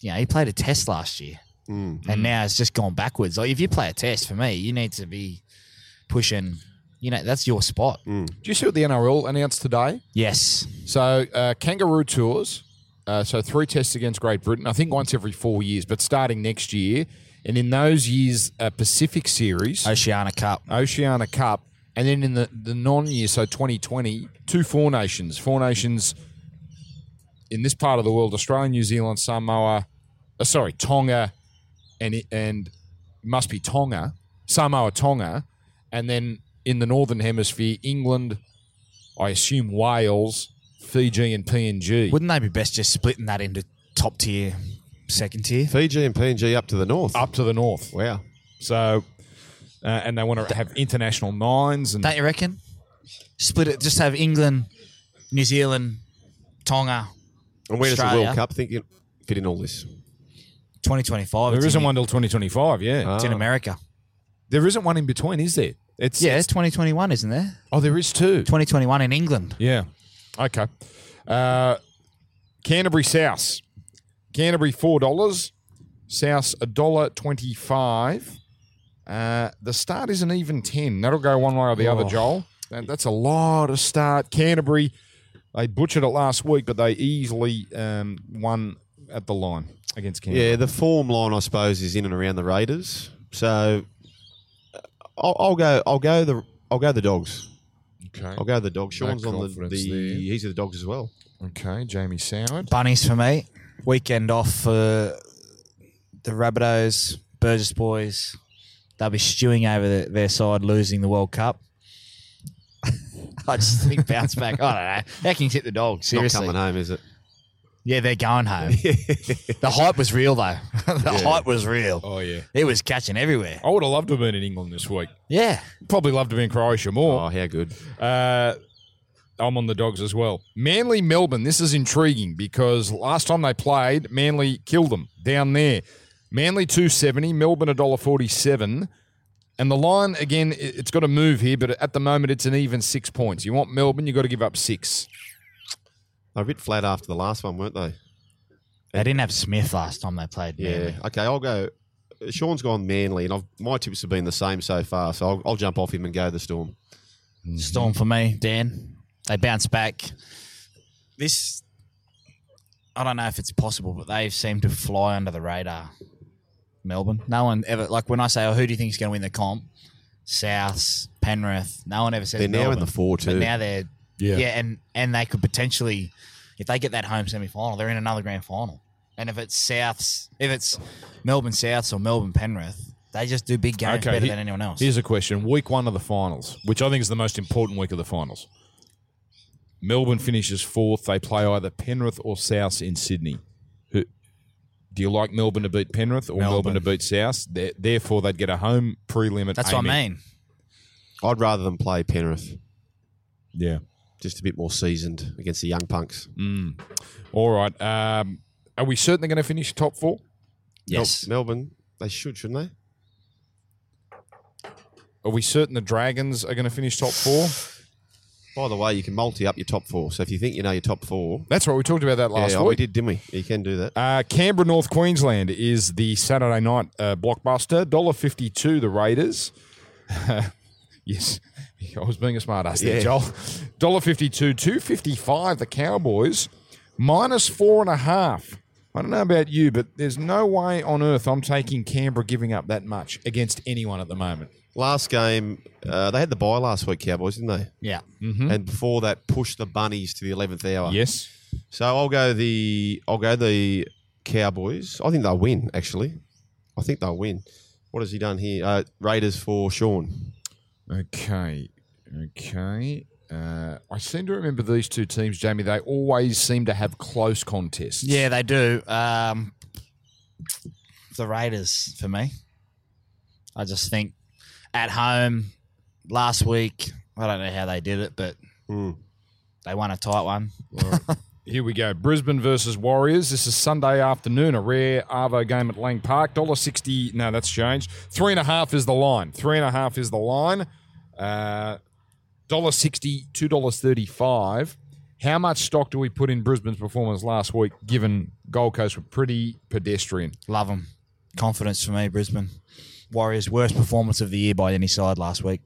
Speaker 4: You know, he played a test last year, and now it's just gone backwards. Like if you play a test for me, you need to be pushing. You know, that's your spot.
Speaker 3: Do you see what the NRL announced today?
Speaker 4: Yes,
Speaker 3: So, uh, Kangaroo Tours. Uh, so, three tests against Great Britain, I think once every four years, but starting next year. And in those years, uh, Pacific Series,
Speaker 4: Oceania Cup.
Speaker 3: Oceania Cup, and then in the, the non year, so 2020, two Four Nations. Four Nations in this part of the world Australia, New Zealand, Samoa, uh, sorry, Tonga, and, and must be Tonga, Samoa, Tonga. And then in the Northern Hemisphere, England, I assume Wales, Fiji, and PNG.
Speaker 4: Wouldn't they be best just splitting that into top tier, second tier?
Speaker 5: Fiji and PNG up to the north.
Speaker 3: up to the north.
Speaker 5: Wow.
Speaker 3: So, uh, and they want to have international nines and
Speaker 4: Don't you reckon? Split it. Just have England, New Zealand, Tonga,
Speaker 5: And where does the
Speaker 4: Australia.
Speaker 5: World Cup think it fit in all this?
Speaker 4: twenty twenty five.
Speaker 3: there isn't one till 2025. Yeah.
Speaker 4: It's in America.
Speaker 3: there isn't one in between, is there? It's,
Speaker 4: Yeah, it's twenty twenty one, isn't there?
Speaker 3: Oh, there is two.
Speaker 4: Twenty twenty one in England.
Speaker 3: Yeah. Okay. Uh, Canterbury South. Canterbury four dollars. South a dollar twenty five. Uh, the start is an even ten. That'll go one way or the other, Joel. That, that's a lot of start. Canterbury, they butchered it last week, but they easily um, won at the line against Canterbury.
Speaker 5: Yeah, the form line, I suppose, is in and around the Raiders. So uh, I'll, I'll go. I'll go the. I'll go the dogs.
Speaker 3: Okay.
Speaker 5: I'll go the dogs.
Speaker 3: No
Speaker 5: Sean's on the.
Speaker 3: confidence
Speaker 5: the
Speaker 3: there.
Speaker 5: he's the dogs as well.
Speaker 3: Okay. Jamie Soward.
Speaker 4: Bunnies for me. Weekend off for the Rabbitohs, Burgess boys. They'll be stewing over the, their side losing the World Cup. I just think bounce back. I don't know. How can you tip the dog? Seriously.
Speaker 5: Not coming home, is it?
Speaker 4: Yeah, they're going home. the hype was real though. the hype was real.
Speaker 3: Oh yeah.
Speaker 4: It was catching everywhere.
Speaker 3: I would have loved to have been in England this week.
Speaker 4: Yeah.
Speaker 3: Probably loved to be in Croatia more.
Speaker 5: Oh, how good!
Speaker 3: Uh, I'm on the dogs as well. Manly Melbourne. This is intriguing because last time they played, Manly killed them down there. Manly 270, Melbourne $1.47. And the line, again, i- it's got to move here, but at the moment it's an even six points. You want Melbourne, you've got to give up six.
Speaker 5: They're a bit flat after the last one, weren't they?
Speaker 4: They didn't have Smith last time they played. Manly.
Speaker 5: Okay, I'll go. Sean's gone Manly, and I've, my tips have been the same so far. So I'll, I'll jump off him and go the Storm.
Speaker 4: Storm for me, Dan. They bounce back. This, I don't know if it's possible, but they seem to fly under the radar. Melbourne. No one ever like when I say, "Oh, who do you think is going to win the comp?" Souths, Penrith. No one ever says
Speaker 5: They're now in
Speaker 4: Melbourne.
Speaker 5: the four
Speaker 4: But
Speaker 5: too.
Speaker 4: now they're
Speaker 3: Yeah.
Speaker 4: yeah. and and they could potentially, if they get that home semi final, they're in another grand final. And if it's Souths, if it's Melbourne Souths or Melbourne Penrith, they just do big games better
Speaker 3: he-
Speaker 4: than anyone else.
Speaker 3: Here's a question: Week one of the finals, which I think is the most important week of the finals. Melbourne finishes fourth. They play either Penrith or South in Sydney. Who, do you like Melbourne to beat Penrith or Melbourne,
Speaker 4: Melbourne.
Speaker 3: to beat South? There- Therefore, they'd get a home prelim. At
Speaker 4: That's what I
Speaker 3: Amy.
Speaker 4: mean.
Speaker 5: I'd rather them play Penrith,
Speaker 3: Yeah.
Speaker 5: just a bit more seasoned against the young punks.
Speaker 3: All right. Um, are we certainly going to finish top four?
Speaker 5: Mel-
Speaker 4: Yes.
Speaker 5: Melbourne, they should, shouldn't
Speaker 3: Are we certain the Dragons are going to finish top four?
Speaker 5: they? By the way, you can multi up your top four. So if you think you know your top four,
Speaker 3: That's right. We talked about that last
Speaker 4: oh,
Speaker 5: yeah, we
Speaker 3: week.
Speaker 5: did, didn't we? You can do that.
Speaker 3: Uh, Canberra, North Queensland is the Saturday night uh, blockbuster. Dollar fifty-two. The Raiders. yes, I was being a smart ass there,
Speaker 5: Yeah.
Speaker 3: Joel. Dollar fifty-two, two fifty-five. The Cowboys minus four and a half. I don't know about you, but there's no way on earth I'm taking Canberra giving up that much against anyone at the moment.
Speaker 5: Last game, uh, they had the bye last week, Cowboys, didn't they?
Speaker 4: Yeah.
Speaker 3: Hmm.
Speaker 5: And before that, pushed the bunnies to the eleventh hour.
Speaker 3: Yes.
Speaker 5: So I'll go the I'll go the Cowboys. I think they'll win. Actually, I think they'll win. What has he done here? Uh, Raiders for Sean.
Speaker 3: Okay. Okay. Uh, I seem to remember these two teams, Jamie. They always seem to have close contests.
Speaker 4: Yeah, they do. Um, the Raiders for me. I just think at home last week. I don't know how they did it, but they won a tight one.
Speaker 3: Here we go. Brisbane versus Warriors. This is Sunday afternoon, a rare Arvo game at Lang Park. Dollar sixty. No, that's changed. Three and a half is the line. Three and a half is the line. Dollar sixty. Two dollars thirty-five. How much stock do we put in Brisbane's performance last week? Given Gold Coast were pretty pedestrian.
Speaker 4: Love them. Confidence for me, Brisbane. Warriors' worst performance of the year by any side last week.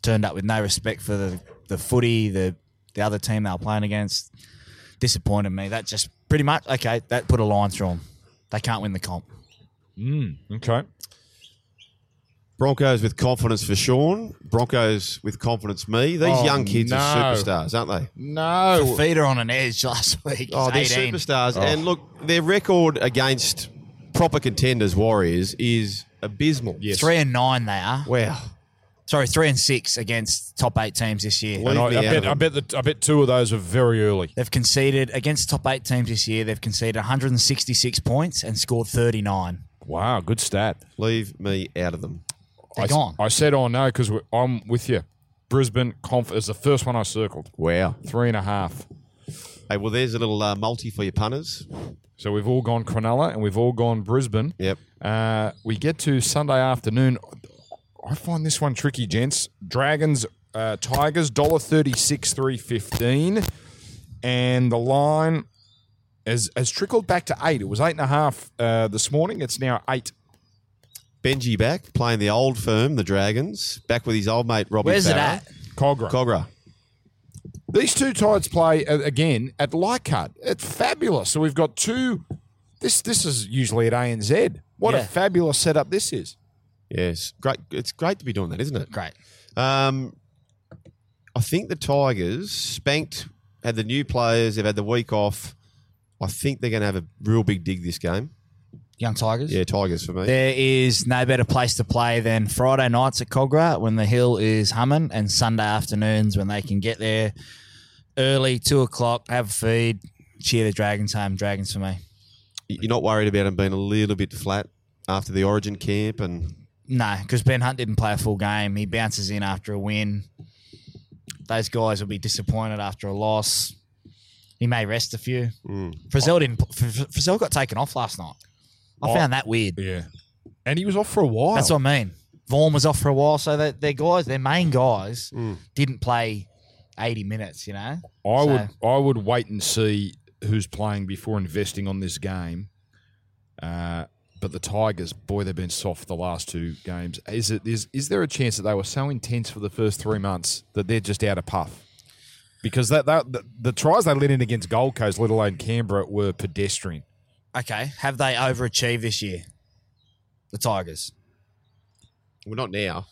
Speaker 4: Turned up with no respect for the, the footy, the, the other team they were playing against. Disappointed me. That just pretty much, okay, that put a line through them. They can't win the comp.
Speaker 3: Okay.
Speaker 5: Broncos with confidence for Sean. Broncos with confidence me. These
Speaker 3: Oh,
Speaker 5: young kids are
Speaker 3: no.
Speaker 5: superstars, aren't they?
Speaker 3: No.
Speaker 4: Feeder on an edge last week.
Speaker 5: Oh, they're
Speaker 4: 18.
Speaker 5: superstars.
Speaker 3: Oh.
Speaker 5: And look, their record against proper contenders, Warriors, is abysmal.
Speaker 3: Yes.
Speaker 4: Three and nine they are.
Speaker 5: Wow.
Speaker 4: Sorry, three and six against top eight teams this year.
Speaker 5: Leave
Speaker 3: And I,
Speaker 5: me
Speaker 3: I
Speaker 5: out of
Speaker 3: bet, I
Speaker 5: it.
Speaker 3: bet that I bet two of those are very early.
Speaker 4: They've conceded against top eight teams this year. They've conceded 166 points and scored 39.
Speaker 3: Wow, good stat.
Speaker 5: Leave me out of them.
Speaker 4: They're
Speaker 3: I,
Speaker 4: gone.
Speaker 3: I said, "Oh no," because I'm with you. Brisbane conf is the first one I circled.
Speaker 5: Wow.
Speaker 3: Three and a half.
Speaker 5: Hey, well, there's a little uh, multi for your punters.
Speaker 3: So we've all gone Cronulla and we've all gone Brisbane.
Speaker 5: Yep.
Speaker 3: Uh, we get to Sunday afternoon. I find this one tricky, gents. Dragons, uh, Tigers, dollar thirty six, three fifteen, and the line has has trickled back to eight. It was eight and a half uh, this morning. It's now eight.
Speaker 5: Benji back playing the old firm, the Dragons, back with his old mate Robbie.
Speaker 4: Where's it
Speaker 5: Farah.
Speaker 4: at?
Speaker 3: Cogra.
Speaker 5: Cogra.
Speaker 3: These two tides play uh, again at Leichhardt. It's fabulous. So we've got two. This this is usually at ANZ. What a
Speaker 4: Yeah.
Speaker 3: fabulous setup this is.
Speaker 5: Yes, great. It's great to be doing that, isn't it?
Speaker 4: Great.
Speaker 5: Um, I think the Tigers spanked. Had the new players. They've had the week off. I think they're going to have a real big dig this game.
Speaker 4: Young Tigers.
Speaker 5: Yeah, Tigers for me.
Speaker 4: There is no better place to play than Friday nights at Cogra when the hill is humming, and Sunday afternoons when they can get there early, two o'clock, have a feed, cheer the Dragons home. Dragons for me.
Speaker 5: You're not worried about them being a little bit flat after the Origin camp, and
Speaker 4: No, because Ben Hunt didn't play a full game. He bounces in after a win. Those guys will be disappointed after a loss. He may rest a few. Frizzell didn't. Fri- Frizzell got taken off last night. I
Speaker 3: Oh.
Speaker 4: found that weird.
Speaker 3: Yeah, and he was off for a while.
Speaker 4: That's what I mean. Vaughan was off for a while, so that their guys, their main guys, didn't play eighty minutes. You know,
Speaker 3: I
Speaker 4: So-
Speaker 3: would I would wait and see who's playing before investing on this game. Uh, but the Tigers, boy, they've been soft the last two games. Is it is is there a chance that they were so intense for the first three months that they're just out of puff? because that, that the, the tries they let in against Gold Coast, let alone Canberra, were pedestrian.
Speaker 4: Okay, have they overachieved this year? The Tigers.
Speaker 5: Well, not now.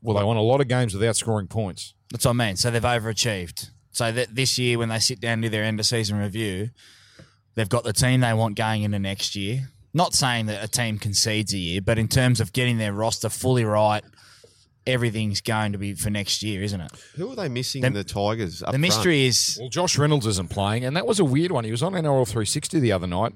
Speaker 3: Well, they won a lot of games without scoring points.
Speaker 4: That's what I mean. So they've overachieved. So that this year, when they sit down to their end of season review, they've got the team they want going into next year. Not saying that a team concedes a year, but in terms of getting their roster fully right, everything's going to be for next year, isn't it?
Speaker 5: Who are they missing?
Speaker 4: The-
Speaker 5: The, Tigers. Up
Speaker 4: The
Speaker 5: front?
Speaker 4: mystery is
Speaker 3: Well, Josh Reynolds isn't playing, and that was a weird one. He was on NRL 360 the other night,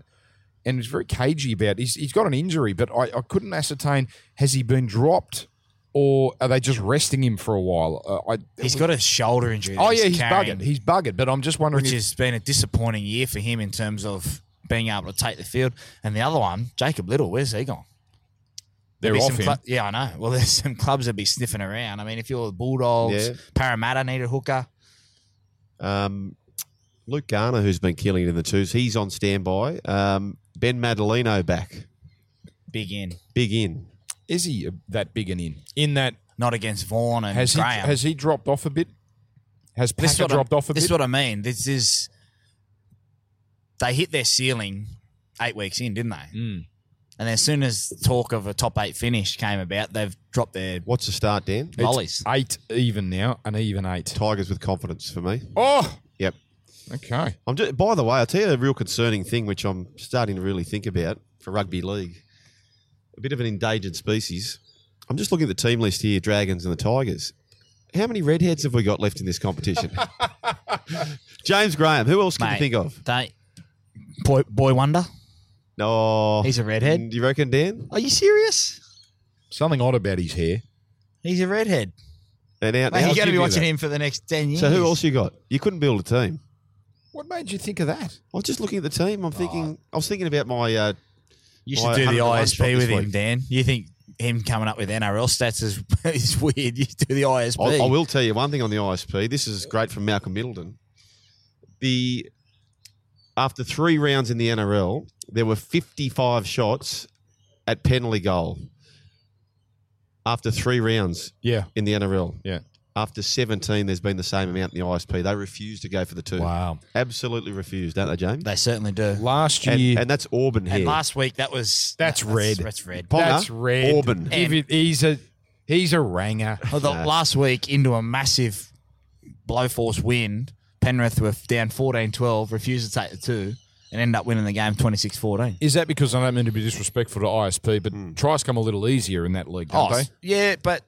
Speaker 3: and he was very cagey about. He's, he's got an injury, but I, I couldn't ascertain has he been dropped or are they just resting him for a while? Uh, I,
Speaker 4: he's got a shoulder injury. that
Speaker 3: oh yeah, he's
Speaker 4: carrying,
Speaker 3: buggered. He's buggered, but I'm just wondering.
Speaker 4: which
Speaker 3: if-
Speaker 4: has been a disappointing year for him in terms of being able to take the field. And the other one, Jacob Little, where's he gone?
Speaker 3: they're
Speaker 4: Be
Speaker 3: off
Speaker 4: some
Speaker 3: him.
Speaker 4: clu- yeah, I know. Well, there's some clubs that be sniffing around. I mean, if you're the Bulldogs,
Speaker 5: Yeah.
Speaker 4: Parramatta need a hooker.
Speaker 5: Um, Luke Garner, who's been killing it in the twos, he's on standby. Um, ben Madalino back.
Speaker 4: Big in.
Speaker 5: Big in.
Speaker 3: Is he that big an in? In that
Speaker 4: Not against Vaughan and
Speaker 3: has he
Speaker 4: Graham.
Speaker 3: has he dropped off a bit? Has
Speaker 4: this is
Speaker 3: Packer
Speaker 4: what I-
Speaker 3: dropped off a bit?
Speaker 4: this is what I mean. This is they hit their ceiling eight weeks in, didn't they?
Speaker 3: Mm.
Speaker 4: And as soon as talk of a top eight finish came about, they've dropped their
Speaker 5: What's the start, Dan?
Speaker 3: It's
Speaker 4: volleys.
Speaker 3: eight even now, an even eight.
Speaker 5: Tigers with confidence for me.
Speaker 3: Oh,
Speaker 5: Yep.
Speaker 3: okay.
Speaker 5: I'm just, by the way, I'll tell you a real concerning thing which I'm starting to really think about for rugby league. A bit of an endangered species. I'm just looking at the team list here, Dragons and the Tigers. How many redheads have we got left in this competition? James Graham. Who else can
Speaker 4: Mate.
Speaker 5: you think of?
Speaker 4: They, boy, boy Wonder.
Speaker 5: No.
Speaker 4: He's a redhead.
Speaker 5: Do you reckon, Dan?
Speaker 4: Are you serious?
Speaker 3: Something odd about his hair.
Speaker 4: He's a redhead.
Speaker 5: And out,
Speaker 4: Mate, you're
Speaker 5: now
Speaker 4: going
Speaker 5: give
Speaker 4: to be
Speaker 5: you
Speaker 4: watching
Speaker 5: that.
Speaker 4: him for the next ten years.
Speaker 5: So who else you got? You couldn't build a team.
Speaker 3: What made you think of that?
Speaker 5: I was just looking at the team. I'm thinking. I was thinking about my. Uh,
Speaker 4: You
Speaker 5: Well,
Speaker 4: should do the
Speaker 5: 101 shot
Speaker 4: ISP
Speaker 5: this
Speaker 4: with him,
Speaker 5: week.
Speaker 4: Dan. You think him coming up with NRL stats is, is weird? You do the ISP.
Speaker 5: I, I will tell you one thing on the ISP. This is great from Malcolm Middleton. The after three rounds in the NRL, there were 55 shots at penalty goal. After three rounds
Speaker 3: Yeah.
Speaker 5: in the NRL,
Speaker 3: Yeah.
Speaker 5: After 17, there's been the same amount in the ISP. They refuse to go for the two.
Speaker 3: Wow.
Speaker 5: Absolutely refused, don't they, James?
Speaker 4: They certainly do.
Speaker 3: Last year,
Speaker 5: And, and that's Auburn here.
Speaker 4: And last week that was
Speaker 3: That's red.
Speaker 4: That's red.
Speaker 5: Ponga,
Speaker 3: that's red.
Speaker 5: Auburn.
Speaker 3: If it- he's a he's a ranger.
Speaker 4: Well, the, last week into a massive blowforce win, Penrith were down 14-12, refused to take the two, and end up winning the game 26-14.
Speaker 3: Is that because I don't mean to be disrespectful to ISP, but tries come a little easier in that league, don't
Speaker 4: Hmm. Oh,
Speaker 3: they?
Speaker 4: s- yeah, but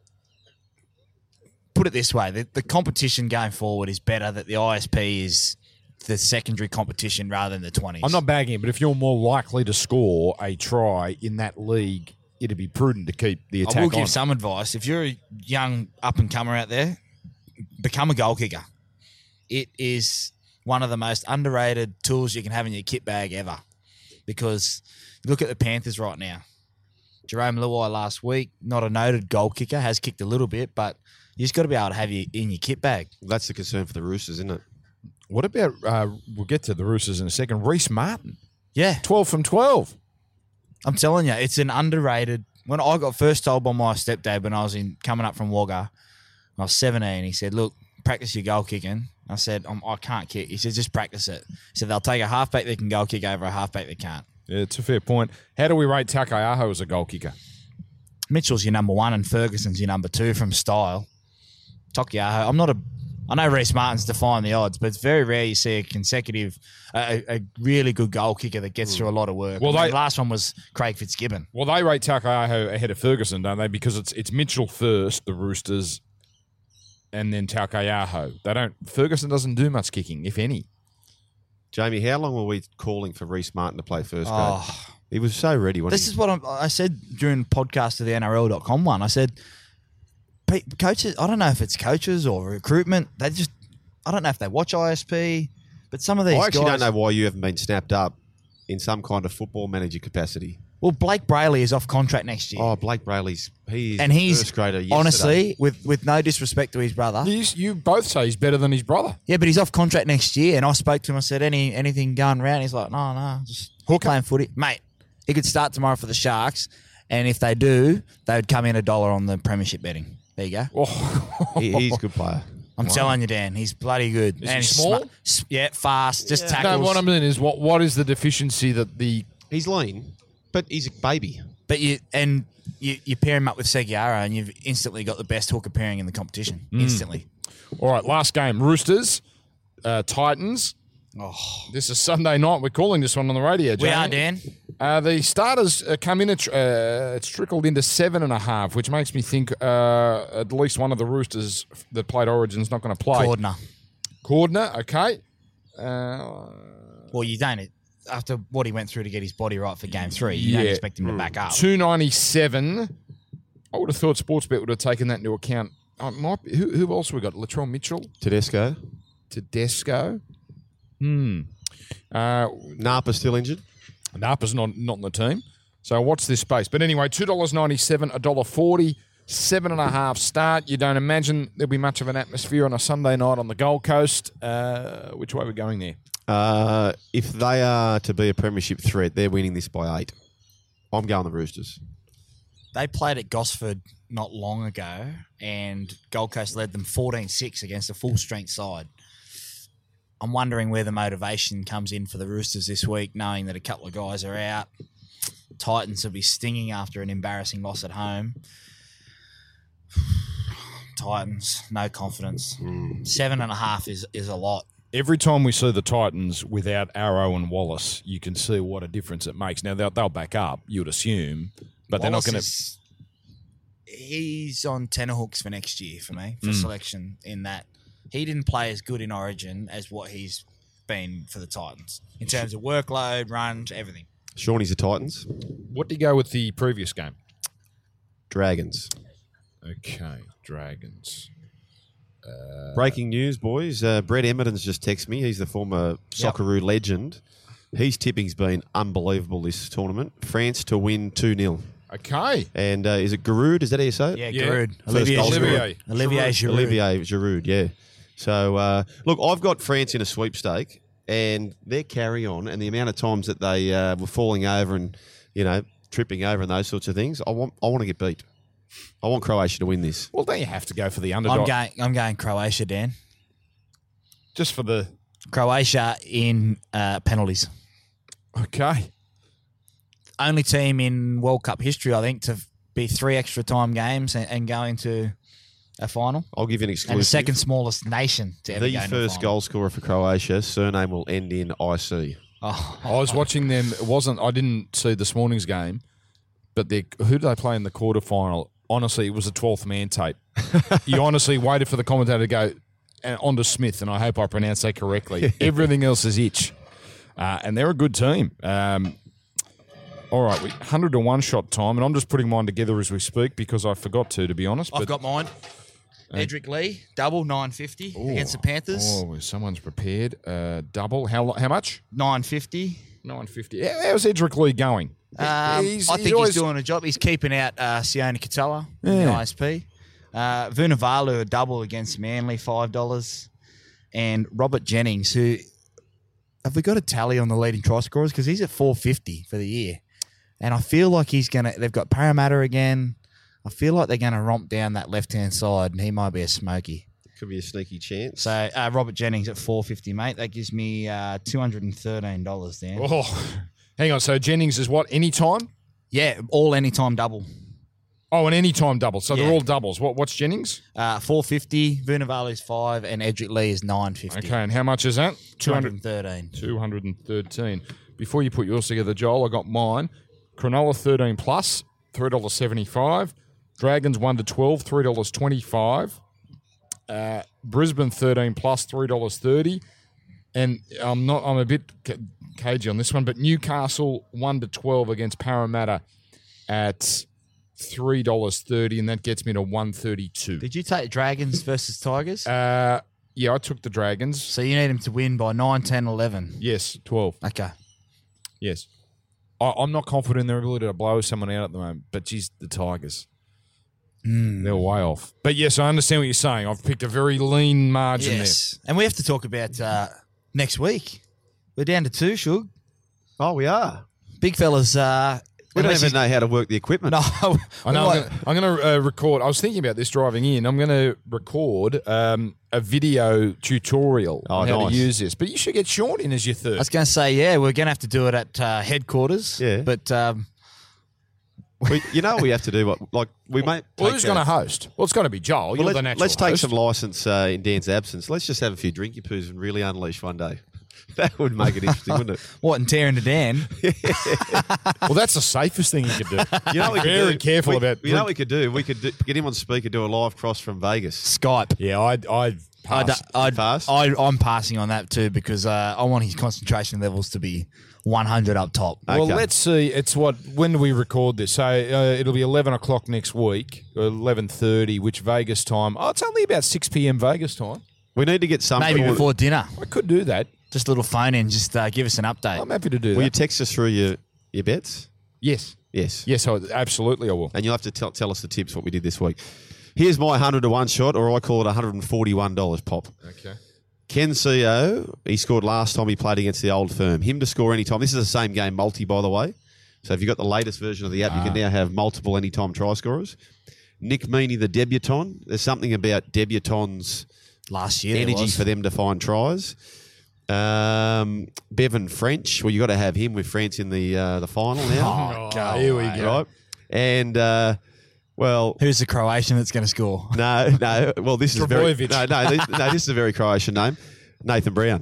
Speaker 4: put it this way: the, the competition going forward is better. That the ISP is the secondary competition rather than the twenties.
Speaker 3: I'm not bagging, it, but if you're more likely to score a try in that league, it'd be prudent to keep the attack
Speaker 4: I will
Speaker 3: on.
Speaker 4: give some advice. If you're a young up and comer out there, become a goal kicker. It is one of the most underrated tools you can have in your kit bag ever. Because you look at the Panthers right now. Jerome Luai last week, not a noted goal kicker, has kicked a little bit, but you just got to be able to have you in your kit bag.
Speaker 5: That's the concern for the Roosters, isn't it?
Speaker 3: What about uh, we'll get to the Roosters in a second. Reese Martin,
Speaker 4: Yeah,
Speaker 3: twelve from twelve.
Speaker 4: I'm telling you, it's an underrated. When I got first told by my stepdad when I was in coming up from Wagga, I was 17. He said, "Look, practice your goal kicking." I said, I'm, "I can't kick." He said, "Just practice it." He said, "They'll take a halfback that can goal kick over a halfback that can't."
Speaker 3: Yeah, it's a fair point. How do we rate Takayaho as a goal kicker?
Speaker 4: Mitchell's your number one, and Ferguson's your number two from style. Tokiaho, I'm not a. I know Reese Martin's defying the odds, but it's very rare you see a consecutive, a, a a really good goal kicker that gets through a lot of work.
Speaker 3: Mm. Well,
Speaker 4: I mean,
Speaker 3: they-
Speaker 4: the last one was Craig Fitzgibbon.
Speaker 3: Well, they rate Takayaho ahead of Ferguson, don't they? Because it's it's Mitchell first, the Roosters, and then Takayaho. They don't. Ferguson doesn't do much kicking, if any.
Speaker 5: Jamie, how long were we calling for Reese Martin to play first grade?
Speaker 4: Oh.
Speaker 5: He was so ready. Wasn't
Speaker 4: This
Speaker 5: he?
Speaker 4: is what I'm, I said during podcast of the NRL.com one. I said, "Pe- coaches, I don't know if it's coaches or recruitment. They just, I don't know if they watch ISP, but some of these
Speaker 5: I actually
Speaker 4: guys.
Speaker 5: don't know why you haven't been snapped up in some kind of football manager capacity.
Speaker 4: Well, Blake Brayley is off contract next year.
Speaker 5: Oh, Blake Brayley's he's
Speaker 4: and he's,
Speaker 5: first grader. yesterday.
Speaker 4: honestly, with, with no disrespect to his brother.
Speaker 3: You, you both say he's better than his brother.
Speaker 4: Yeah, but he's off contract next year. And I spoke to him. I said, "Any anything going round?" He's like, "No, no, just playing footy, mate. He could start tomorrow for the Sharks, and if they do, they would come in a dollar on the premiership betting. There you go.
Speaker 5: he, he's a good player.
Speaker 4: I'm telling you, Dan, he's bloody good.
Speaker 3: he
Speaker 4: and he's
Speaker 3: small?
Speaker 4: sma- s- yeah, fast. Just
Speaker 3: No,
Speaker 4: tackles.
Speaker 3: what I'm saying is, what what is the deficiency that the
Speaker 5: He's lean, but he's a baby.
Speaker 4: but you and you, you pair him up with Seguiara, and you've instantly got the best hooker pairing in the competition.
Speaker 3: Mm.
Speaker 4: Instantly.
Speaker 3: All right, last game Roosters, uh, Titans. This is Sunday night. We're calling this one on the radio.
Speaker 4: Oh. We are,
Speaker 3: Jamie.
Speaker 4: Dan.
Speaker 3: Uh, the starters uh, come in. At, uh, it's trickled into seven and a half, which makes me think uh, at least one of the Roosters that played Origin's not going to play.
Speaker 4: Cordner.
Speaker 3: Cordner, okay. Uh,
Speaker 4: Well, you don't. After what he went through to get his body right for game three, you don't
Speaker 3: Yeah.
Speaker 4: expect him to back up.
Speaker 3: two ninety seven. I would have thought Sportsbet would have taken that into account. Oh, it might be, who, who else we got? Latrell Mitchell,
Speaker 5: Tedesco.
Speaker 3: Tedesco. Hmm. Uh,
Speaker 5: Napa still injured.
Speaker 3: Napa's not not in the team. So what's this space? But anyway, two dollars ninety seven, a dollar forty, seven and a half start. You don't imagine there'll be much of an atmosphere on a Sunday night on the Gold Coast. Uh, which way are we going there?
Speaker 5: Uh, if they are to be a premiership threat, they're winning this by eight. I'm going the Roosters.
Speaker 4: They played at Gosford not long ago, and Gold Coast led them 14 6 against a full strength side. I'm wondering where the motivation comes in for the Roosters this week, knowing that a couple of guys are out. Titans will be stinging after an embarrassing loss at home. Titans, no confidence. Seven and a half is, is a lot.
Speaker 3: Every time we see the Titans without Arrow and Wallace, you can see what a difference it makes. Now they'll, they'll back up, you'd assume, but they're not
Speaker 4: Wallace
Speaker 3: going to.
Speaker 4: is- He's on tenor hooks for next year for me for selection. In that he didn't play as good in Origin as what he's been for the Titans in terms of workload, runs, everything.
Speaker 5: Shawnee's the Titans.
Speaker 3: What do you go with the previous game?
Speaker 5: Dragons.
Speaker 3: Okay, Dragons.
Speaker 5: Breaking news, boys. Uh, Brett Emmerton's just texted me. He's the former Socceroo legend. His tipping's been unbelievable this tournament. France to win 2 0.
Speaker 3: Okay.
Speaker 5: And uh, is it Giroud? Is that how you say it?
Speaker 4: Yeah,
Speaker 3: Yeah.
Speaker 4: Giroud,
Speaker 5: First goal scorer.
Speaker 4: Olivier, Giroud. Olivier, Giroud.
Speaker 5: Olivier Giroud, yeah. So, uh, look, I've got France in a sweepstake, and their carry on and the amount of times that they uh, were falling over and, you know, tripping over and those sorts of things, I want, I want to get beat. I want Croatia to win this.
Speaker 3: Well, then you have to go for the
Speaker 4: I'm
Speaker 3: underdog,
Speaker 4: going. I'm going Croatia, Dan.
Speaker 3: just for the
Speaker 4: Croatia in uh, penalties.
Speaker 3: okay.
Speaker 4: Only team in World Cup history, I think, to be three extra time games and, and go into a final.
Speaker 5: I'll give you an
Speaker 4: And
Speaker 5: exclusive.
Speaker 4: the second smallest nation to ever
Speaker 5: the
Speaker 4: go into a
Speaker 5: first
Speaker 4: final.
Speaker 5: goal scorer for Croatia, surname will end in IC.
Speaker 4: Oh,
Speaker 3: I was watching them. It wasn't. I didn't see this morning's game, but they who did they play in the quarterfinal? Honestly, it was a twelfth man tape. you honestly waited for the commentator to go "And on to Smith, and I hope I pronounced that correctly. Everything else is itch, uh, and they're a good team. Um, all right, we hundred to one shot time, and I'm just putting mine together as we speak because I forgot to. To be honest,
Speaker 4: I've got mine. Edric Lee, double 950 against the Panthers.
Speaker 3: Uh, oh, someone's prepared. Uh, double how lo- how much?
Speaker 4: 950.
Speaker 3: Nine fifty. How's Edric Lee going?
Speaker 4: Um, I think
Speaker 3: always-
Speaker 4: he's doing a job. He's keeping out uh, Sione Katoa in the
Speaker 3: Yeah.
Speaker 4: ISP. Uh, Vunivalu, a double against Manly, $5. And Robert Jennings, who. Have we got a tally on the leading try scorers? Because he's at 450 for the year. And I feel like he's going to. They've got Parramatta again. I feel like they're going to romp down that left hand side, and he might be a smoky.
Speaker 5: Could be a sneaky chance.
Speaker 4: So uh, Robert Jennings at four fifty, mate. That gives me uh, two hundred and thirteen dollars. Dan.
Speaker 3: Oh, hang on. So Jennings is what? Any time?
Speaker 4: Yeah, all anytime double.
Speaker 3: Oh, an anytime double. So
Speaker 4: Yeah.
Speaker 3: they're all doubles. What? What's Jennings?
Speaker 4: Uh, four fifty. Vunivalu's five, and Edric Lee is nine fifty.
Speaker 3: Okay, and how much is that?
Speaker 4: Two
Speaker 3: 200,
Speaker 4: hundred and thirteen.
Speaker 3: 213. Before you put yours together, Joel, I got mine. Cronulla 13 plus, $3.75. Dragons 1 to 12, $3.25. Uh, Brisbane 13 plus, $3.30. And I'm not. I'm a bit ca- cagey on this one, but Newcastle one to twelve against Parramatta at three dollars thirty, and that gets me to one thirty two.
Speaker 4: Did you take Dragons versus Tigers?
Speaker 3: Uh, yeah, I took the Dragons.
Speaker 4: so you need him to win by 9, 10, 11.
Speaker 3: Yes, twelve.
Speaker 4: Okay.
Speaker 3: Yes. I, I'm not confident in their ability to blow someone out at the moment, but geez, the Tigers.
Speaker 5: Mm.
Speaker 3: They're way off. But yes, I understand what you're saying. I've picked a very lean margin
Speaker 4: Yes. And we have to talk about uh, next week. We're down to two, Shug.
Speaker 5: oh, we are.
Speaker 4: Big fella's uh,
Speaker 5: We don't
Speaker 4: Unless
Speaker 5: even
Speaker 4: you-
Speaker 5: know how to work the equipment.
Speaker 4: No,
Speaker 3: I know.
Speaker 4: what-
Speaker 3: I'm gonna- I'm going to uh, record. I was thinking about this driving in. I'm going to record um, a video tutorial
Speaker 5: Oh,
Speaker 3: on how
Speaker 5: nice.
Speaker 3: to use this. But you should get Sean in as your
Speaker 4: I
Speaker 3: third.
Speaker 4: was going to say, yeah, we're going to have to do it at uh, headquarters.
Speaker 5: Yeah.
Speaker 4: But um,
Speaker 5: We, you know we have to do what like we may.
Speaker 3: Well,
Speaker 5: take
Speaker 3: who's
Speaker 5: a-
Speaker 3: going to host? Well, it's going to be Joel. You're
Speaker 5: Well,
Speaker 3: the
Speaker 5: let's,
Speaker 3: natural.
Speaker 5: let's take
Speaker 3: host.
Speaker 5: some license uh, in Dan's absence. Let's just have a few drinky poos and really unleash one day. That would make it interesting, wouldn't it?
Speaker 4: what, and tearing to Dan?
Speaker 3: Well, that's the safest thing you could do.
Speaker 5: You know, what we could
Speaker 3: Very
Speaker 5: do?
Speaker 3: careful
Speaker 5: We-
Speaker 3: about
Speaker 5: You know, what we could do. We could do, get him on speaker, do a live cross from Vegas.
Speaker 4: Skype.
Speaker 3: yeah, I'd, I'd
Speaker 4: I,
Speaker 3: pass.
Speaker 5: Pass.
Speaker 4: I, I'm passing on that too because uh, I want his concentration levels to be 100 up top.
Speaker 3: Well,
Speaker 5: Okay.
Speaker 3: let's see. It's what? When do we record this? So uh, it'll be eleven o'clock next week, eleven thirty, which Vegas time? Oh, it's only about six p.m. Vegas time.
Speaker 5: We need to get some.
Speaker 4: Maybe
Speaker 5: will-
Speaker 4: before dinner.
Speaker 3: I could do that.
Speaker 4: Just a little phone in, just uh, give us an update.
Speaker 3: I'm happy to do
Speaker 5: Will you
Speaker 3: that.
Speaker 5: text us through your your bets?
Speaker 3: yes,
Speaker 5: Yes.
Speaker 3: yes, I, absolutely, I will.
Speaker 5: And you'll have to tell, tell us the tips what we did this week. Here's my hundred to one shot, or I call it one hundred and forty one dollars pop.
Speaker 3: Okay.
Speaker 5: Ken CEO, he scored last time he played against the old firm. Him to score any time. This is the same game multi, by the way. So if you've got the latest version of the app, you
Speaker 4: Ah.
Speaker 5: can now have multiple anytime try scorers. Nick Meaney, the debutant. There's something about debutants'
Speaker 4: Last year, there
Speaker 5: energy
Speaker 4: was.
Speaker 5: for them to find tries. Um, Bevan French. Well, you got to have him with France in the uh, the final now,
Speaker 4: Oh,
Speaker 3: God, here we
Speaker 4: mate.
Speaker 3: go.
Speaker 5: right? And uh, well,
Speaker 4: Who's the Croatian that's going to score?
Speaker 5: no, no. Well, this is very
Speaker 3: Trbojevic.
Speaker 5: no, no, this, no. This is a very Croatian name, Nathan Brown.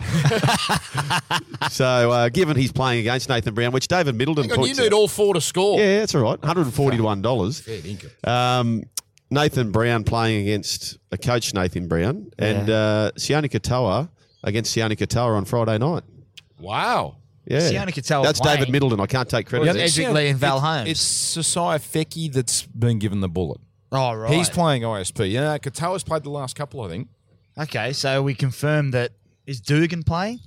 Speaker 5: so, uh, given he's playing against Nathan Brown, which David Middleton
Speaker 3: Hang on, you
Speaker 5: points
Speaker 3: need
Speaker 5: out-
Speaker 3: all four to score.
Speaker 5: yeah, that's all right. One hundred and forty to one dollars.
Speaker 3: Fair dinkum.
Speaker 5: Um, Nathan Brown playing against a coach Nathan Brown and uh, Sione Katoa against Sione Katoa on Friday night.
Speaker 3: Wow.
Speaker 5: Yeah,
Speaker 4: Sione Katoa
Speaker 5: That's
Speaker 4: playing.
Speaker 5: David Middleton. I can't take credit.
Speaker 4: Well,
Speaker 5: for
Speaker 4: yeah,
Speaker 5: this.
Speaker 4: Edric Lee and Val
Speaker 3: It's-
Speaker 4: Holmes.
Speaker 3: It's Sasai Fecky that's been given the bullet.
Speaker 4: Oh, right.
Speaker 3: He's playing ISP. Yeah, Katoa's played the last couple, I think.
Speaker 4: okay, so we confirm that. Is Dugan playing?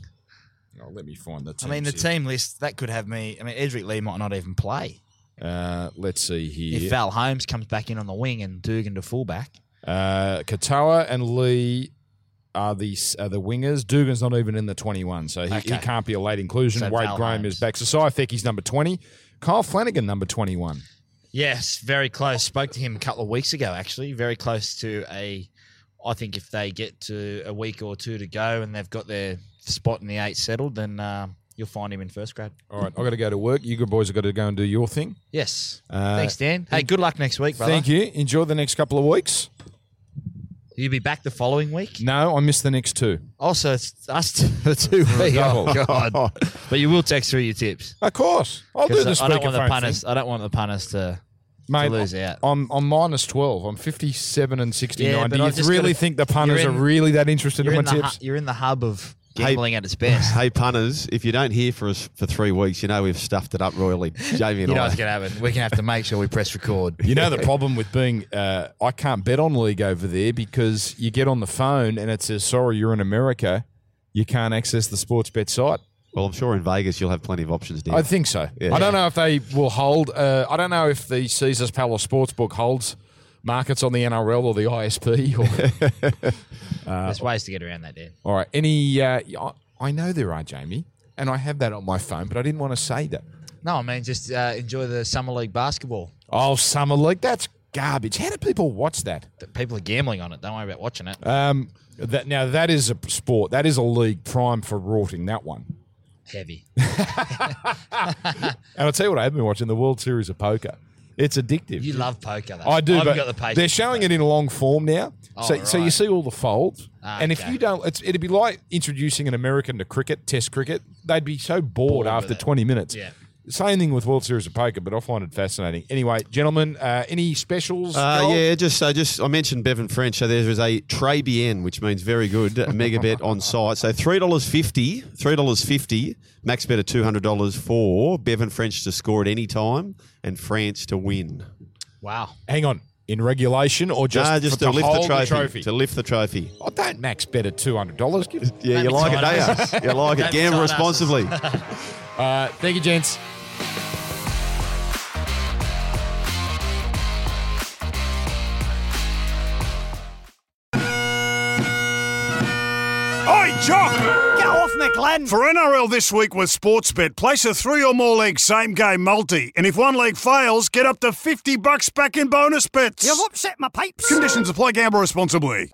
Speaker 3: Oh, let me find the
Speaker 4: I
Speaker 3: team.
Speaker 4: mean, the team list, that could have me. I mean, Edric Lee might not even play.
Speaker 3: Uh, let's see
Speaker 4: If
Speaker 3: here.
Speaker 4: Val Holmes comes back in on the wing and Dugan to fullback.
Speaker 3: Uh, Katoa and Lee are the s- are the wingers. Dugan's not even in the 21, so he, he
Speaker 4: Okay.
Speaker 3: can't be a late inclusion.
Speaker 4: So
Speaker 3: Wade
Speaker 4: Val
Speaker 3: Graham
Speaker 4: Holmes.
Speaker 3: is back. Sasai Fecky's number 20. Kyle Flanagan, number 21.
Speaker 4: Yes, very close. Spoke to him a couple of weeks ago, actually. Very close to a. I think if they get to a week or two to go and they've got their spot in the eight settled, then uh, you'll find him in first grade.
Speaker 3: All right, I've got to go to work. You good boys have got to go and do your thing.
Speaker 4: Yes.
Speaker 3: Uh,
Speaker 4: Thanks, Dan. Hey, good luck next week, brother.
Speaker 3: Thank you. Enjoy the next couple of weeks.
Speaker 4: You'll be back the following week.
Speaker 3: No, I missed the next two.
Speaker 4: Also, it's us two, the two we
Speaker 3: Double.
Speaker 4: oh, God. But you will text through your tips.
Speaker 3: Of course. I'll do the
Speaker 4: 'Cause I don't
Speaker 3: speakerphone
Speaker 4: want the
Speaker 3: thing.
Speaker 4: punters. I don't want the punters to.
Speaker 3: Mate,
Speaker 4: lose out.
Speaker 3: I'm, I'm minus 12. I'm 57 and 69.
Speaker 4: Yeah, but
Speaker 3: do you
Speaker 4: I've just
Speaker 3: really
Speaker 4: gotta-
Speaker 3: think the punters
Speaker 4: you're in-
Speaker 3: are really that interested
Speaker 4: You're
Speaker 3: in my
Speaker 4: in, the hu-
Speaker 3: tips?
Speaker 4: you're in the hub of
Speaker 5: Hey-
Speaker 4: gambling at its best.
Speaker 5: Hey punters, if you don't hear for us for three weeks, you know we've stuffed it up royally. Jamie and
Speaker 4: You know
Speaker 5: I.
Speaker 4: what's going to happen. We're going to have to make sure we press record.
Speaker 3: You know the problem with being, uh, I can't bet on league over there because you get on the phone and it says, sorry, you're in America. You can't access the sports bet site.
Speaker 5: Well, I'm sure in Vegas you'll have plenty of options, Dan.
Speaker 3: I think so.
Speaker 5: Yeah.
Speaker 3: I don't know if they will hold. Uh, I don't know if the Caesars Palace Sportsbook holds markets on the NRL or the ISP. Or,
Speaker 4: There's ways to get around that, Dan.
Speaker 3: all right. Any? Uh, I, I know there are, Jamie, and I have that on my phone, but I didn't want to say that.
Speaker 4: No, I mean just uh, enjoy the summer league basketball.
Speaker 3: Oh, summer league. That's garbage. How do people watch that?
Speaker 4: The People are gambling on it. Don't worry about watching it.
Speaker 3: Um, that now that is a sport. That is a league prime for rorting. That one.
Speaker 4: Heavy.
Speaker 3: And I'll tell you what I have been watching: the World Series of Poker. It's addictive.
Speaker 4: You love poker, though.
Speaker 3: I do,
Speaker 4: I've
Speaker 3: but
Speaker 4: got the patience. Oh,
Speaker 3: they're showing it in long form now. so, so you
Speaker 4: right.
Speaker 3: see all the folds,
Speaker 4: Ah,
Speaker 3: and if
Speaker 4: okay.
Speaker 3: you don't, it's, it'd be like introducing an American to cricket, Test cricket. They'd be so bored,
Speaker 4: Bored with
Speaker 3: after
Speaker 4: it.
Speaker 3: twenty minutes.
Speaker 4: Yeah.
Speaker 3: Same thing with World Series of Poker, but I find it fascinating. Anyway, gentlemen, uh, any specials?
Speaker 5: Uh,
Speaker 3: Joel?
Speaker 5: yeah, just so just I mentioned Bevan French. So there is a très bien, which means very good, a mega bet on site. So three dollars fifty, three dollars fifty, max bet of two hundred dollars for Bevan French to score at any time and France to win.
Speaker 4: Wow.
Speaker 3: Hang on, in regulation or just,
Speaker 5: Nah, just
Speaker 3: for-
Speaker 5: to, lift the
Speaker 3: hold
Speaker 5: trophy, to lift the trophy.
Speaker 3: I don't max bet at two hundred dollars.
Speaker 5: Yeah, you
Speaker 4: be
Speaker 5: like it,
Speaker 4: tight asses.
Speaker 5: don't you? You like
Speaker 4: Don't
Speaker 5: it.
Speaker 4: be
Speaker 5: Gamble
Speaker 4: tight
Speaker 5: responsibly.
Speaker 3: Uh, thank you, gents.
Speaker 1: Oi, Jock!
Speaker 2: Get off me,
Speaker 4: Glenn.
Speaker 1: For NRL this week with Sportsbet, place a three or more leg same game multi, and if one leg fails, get up to 50 bucks back in bonus bets.
Speaker 2: You've upset my pipes.
Speaker 1: Conditions apply, gamble responsibly.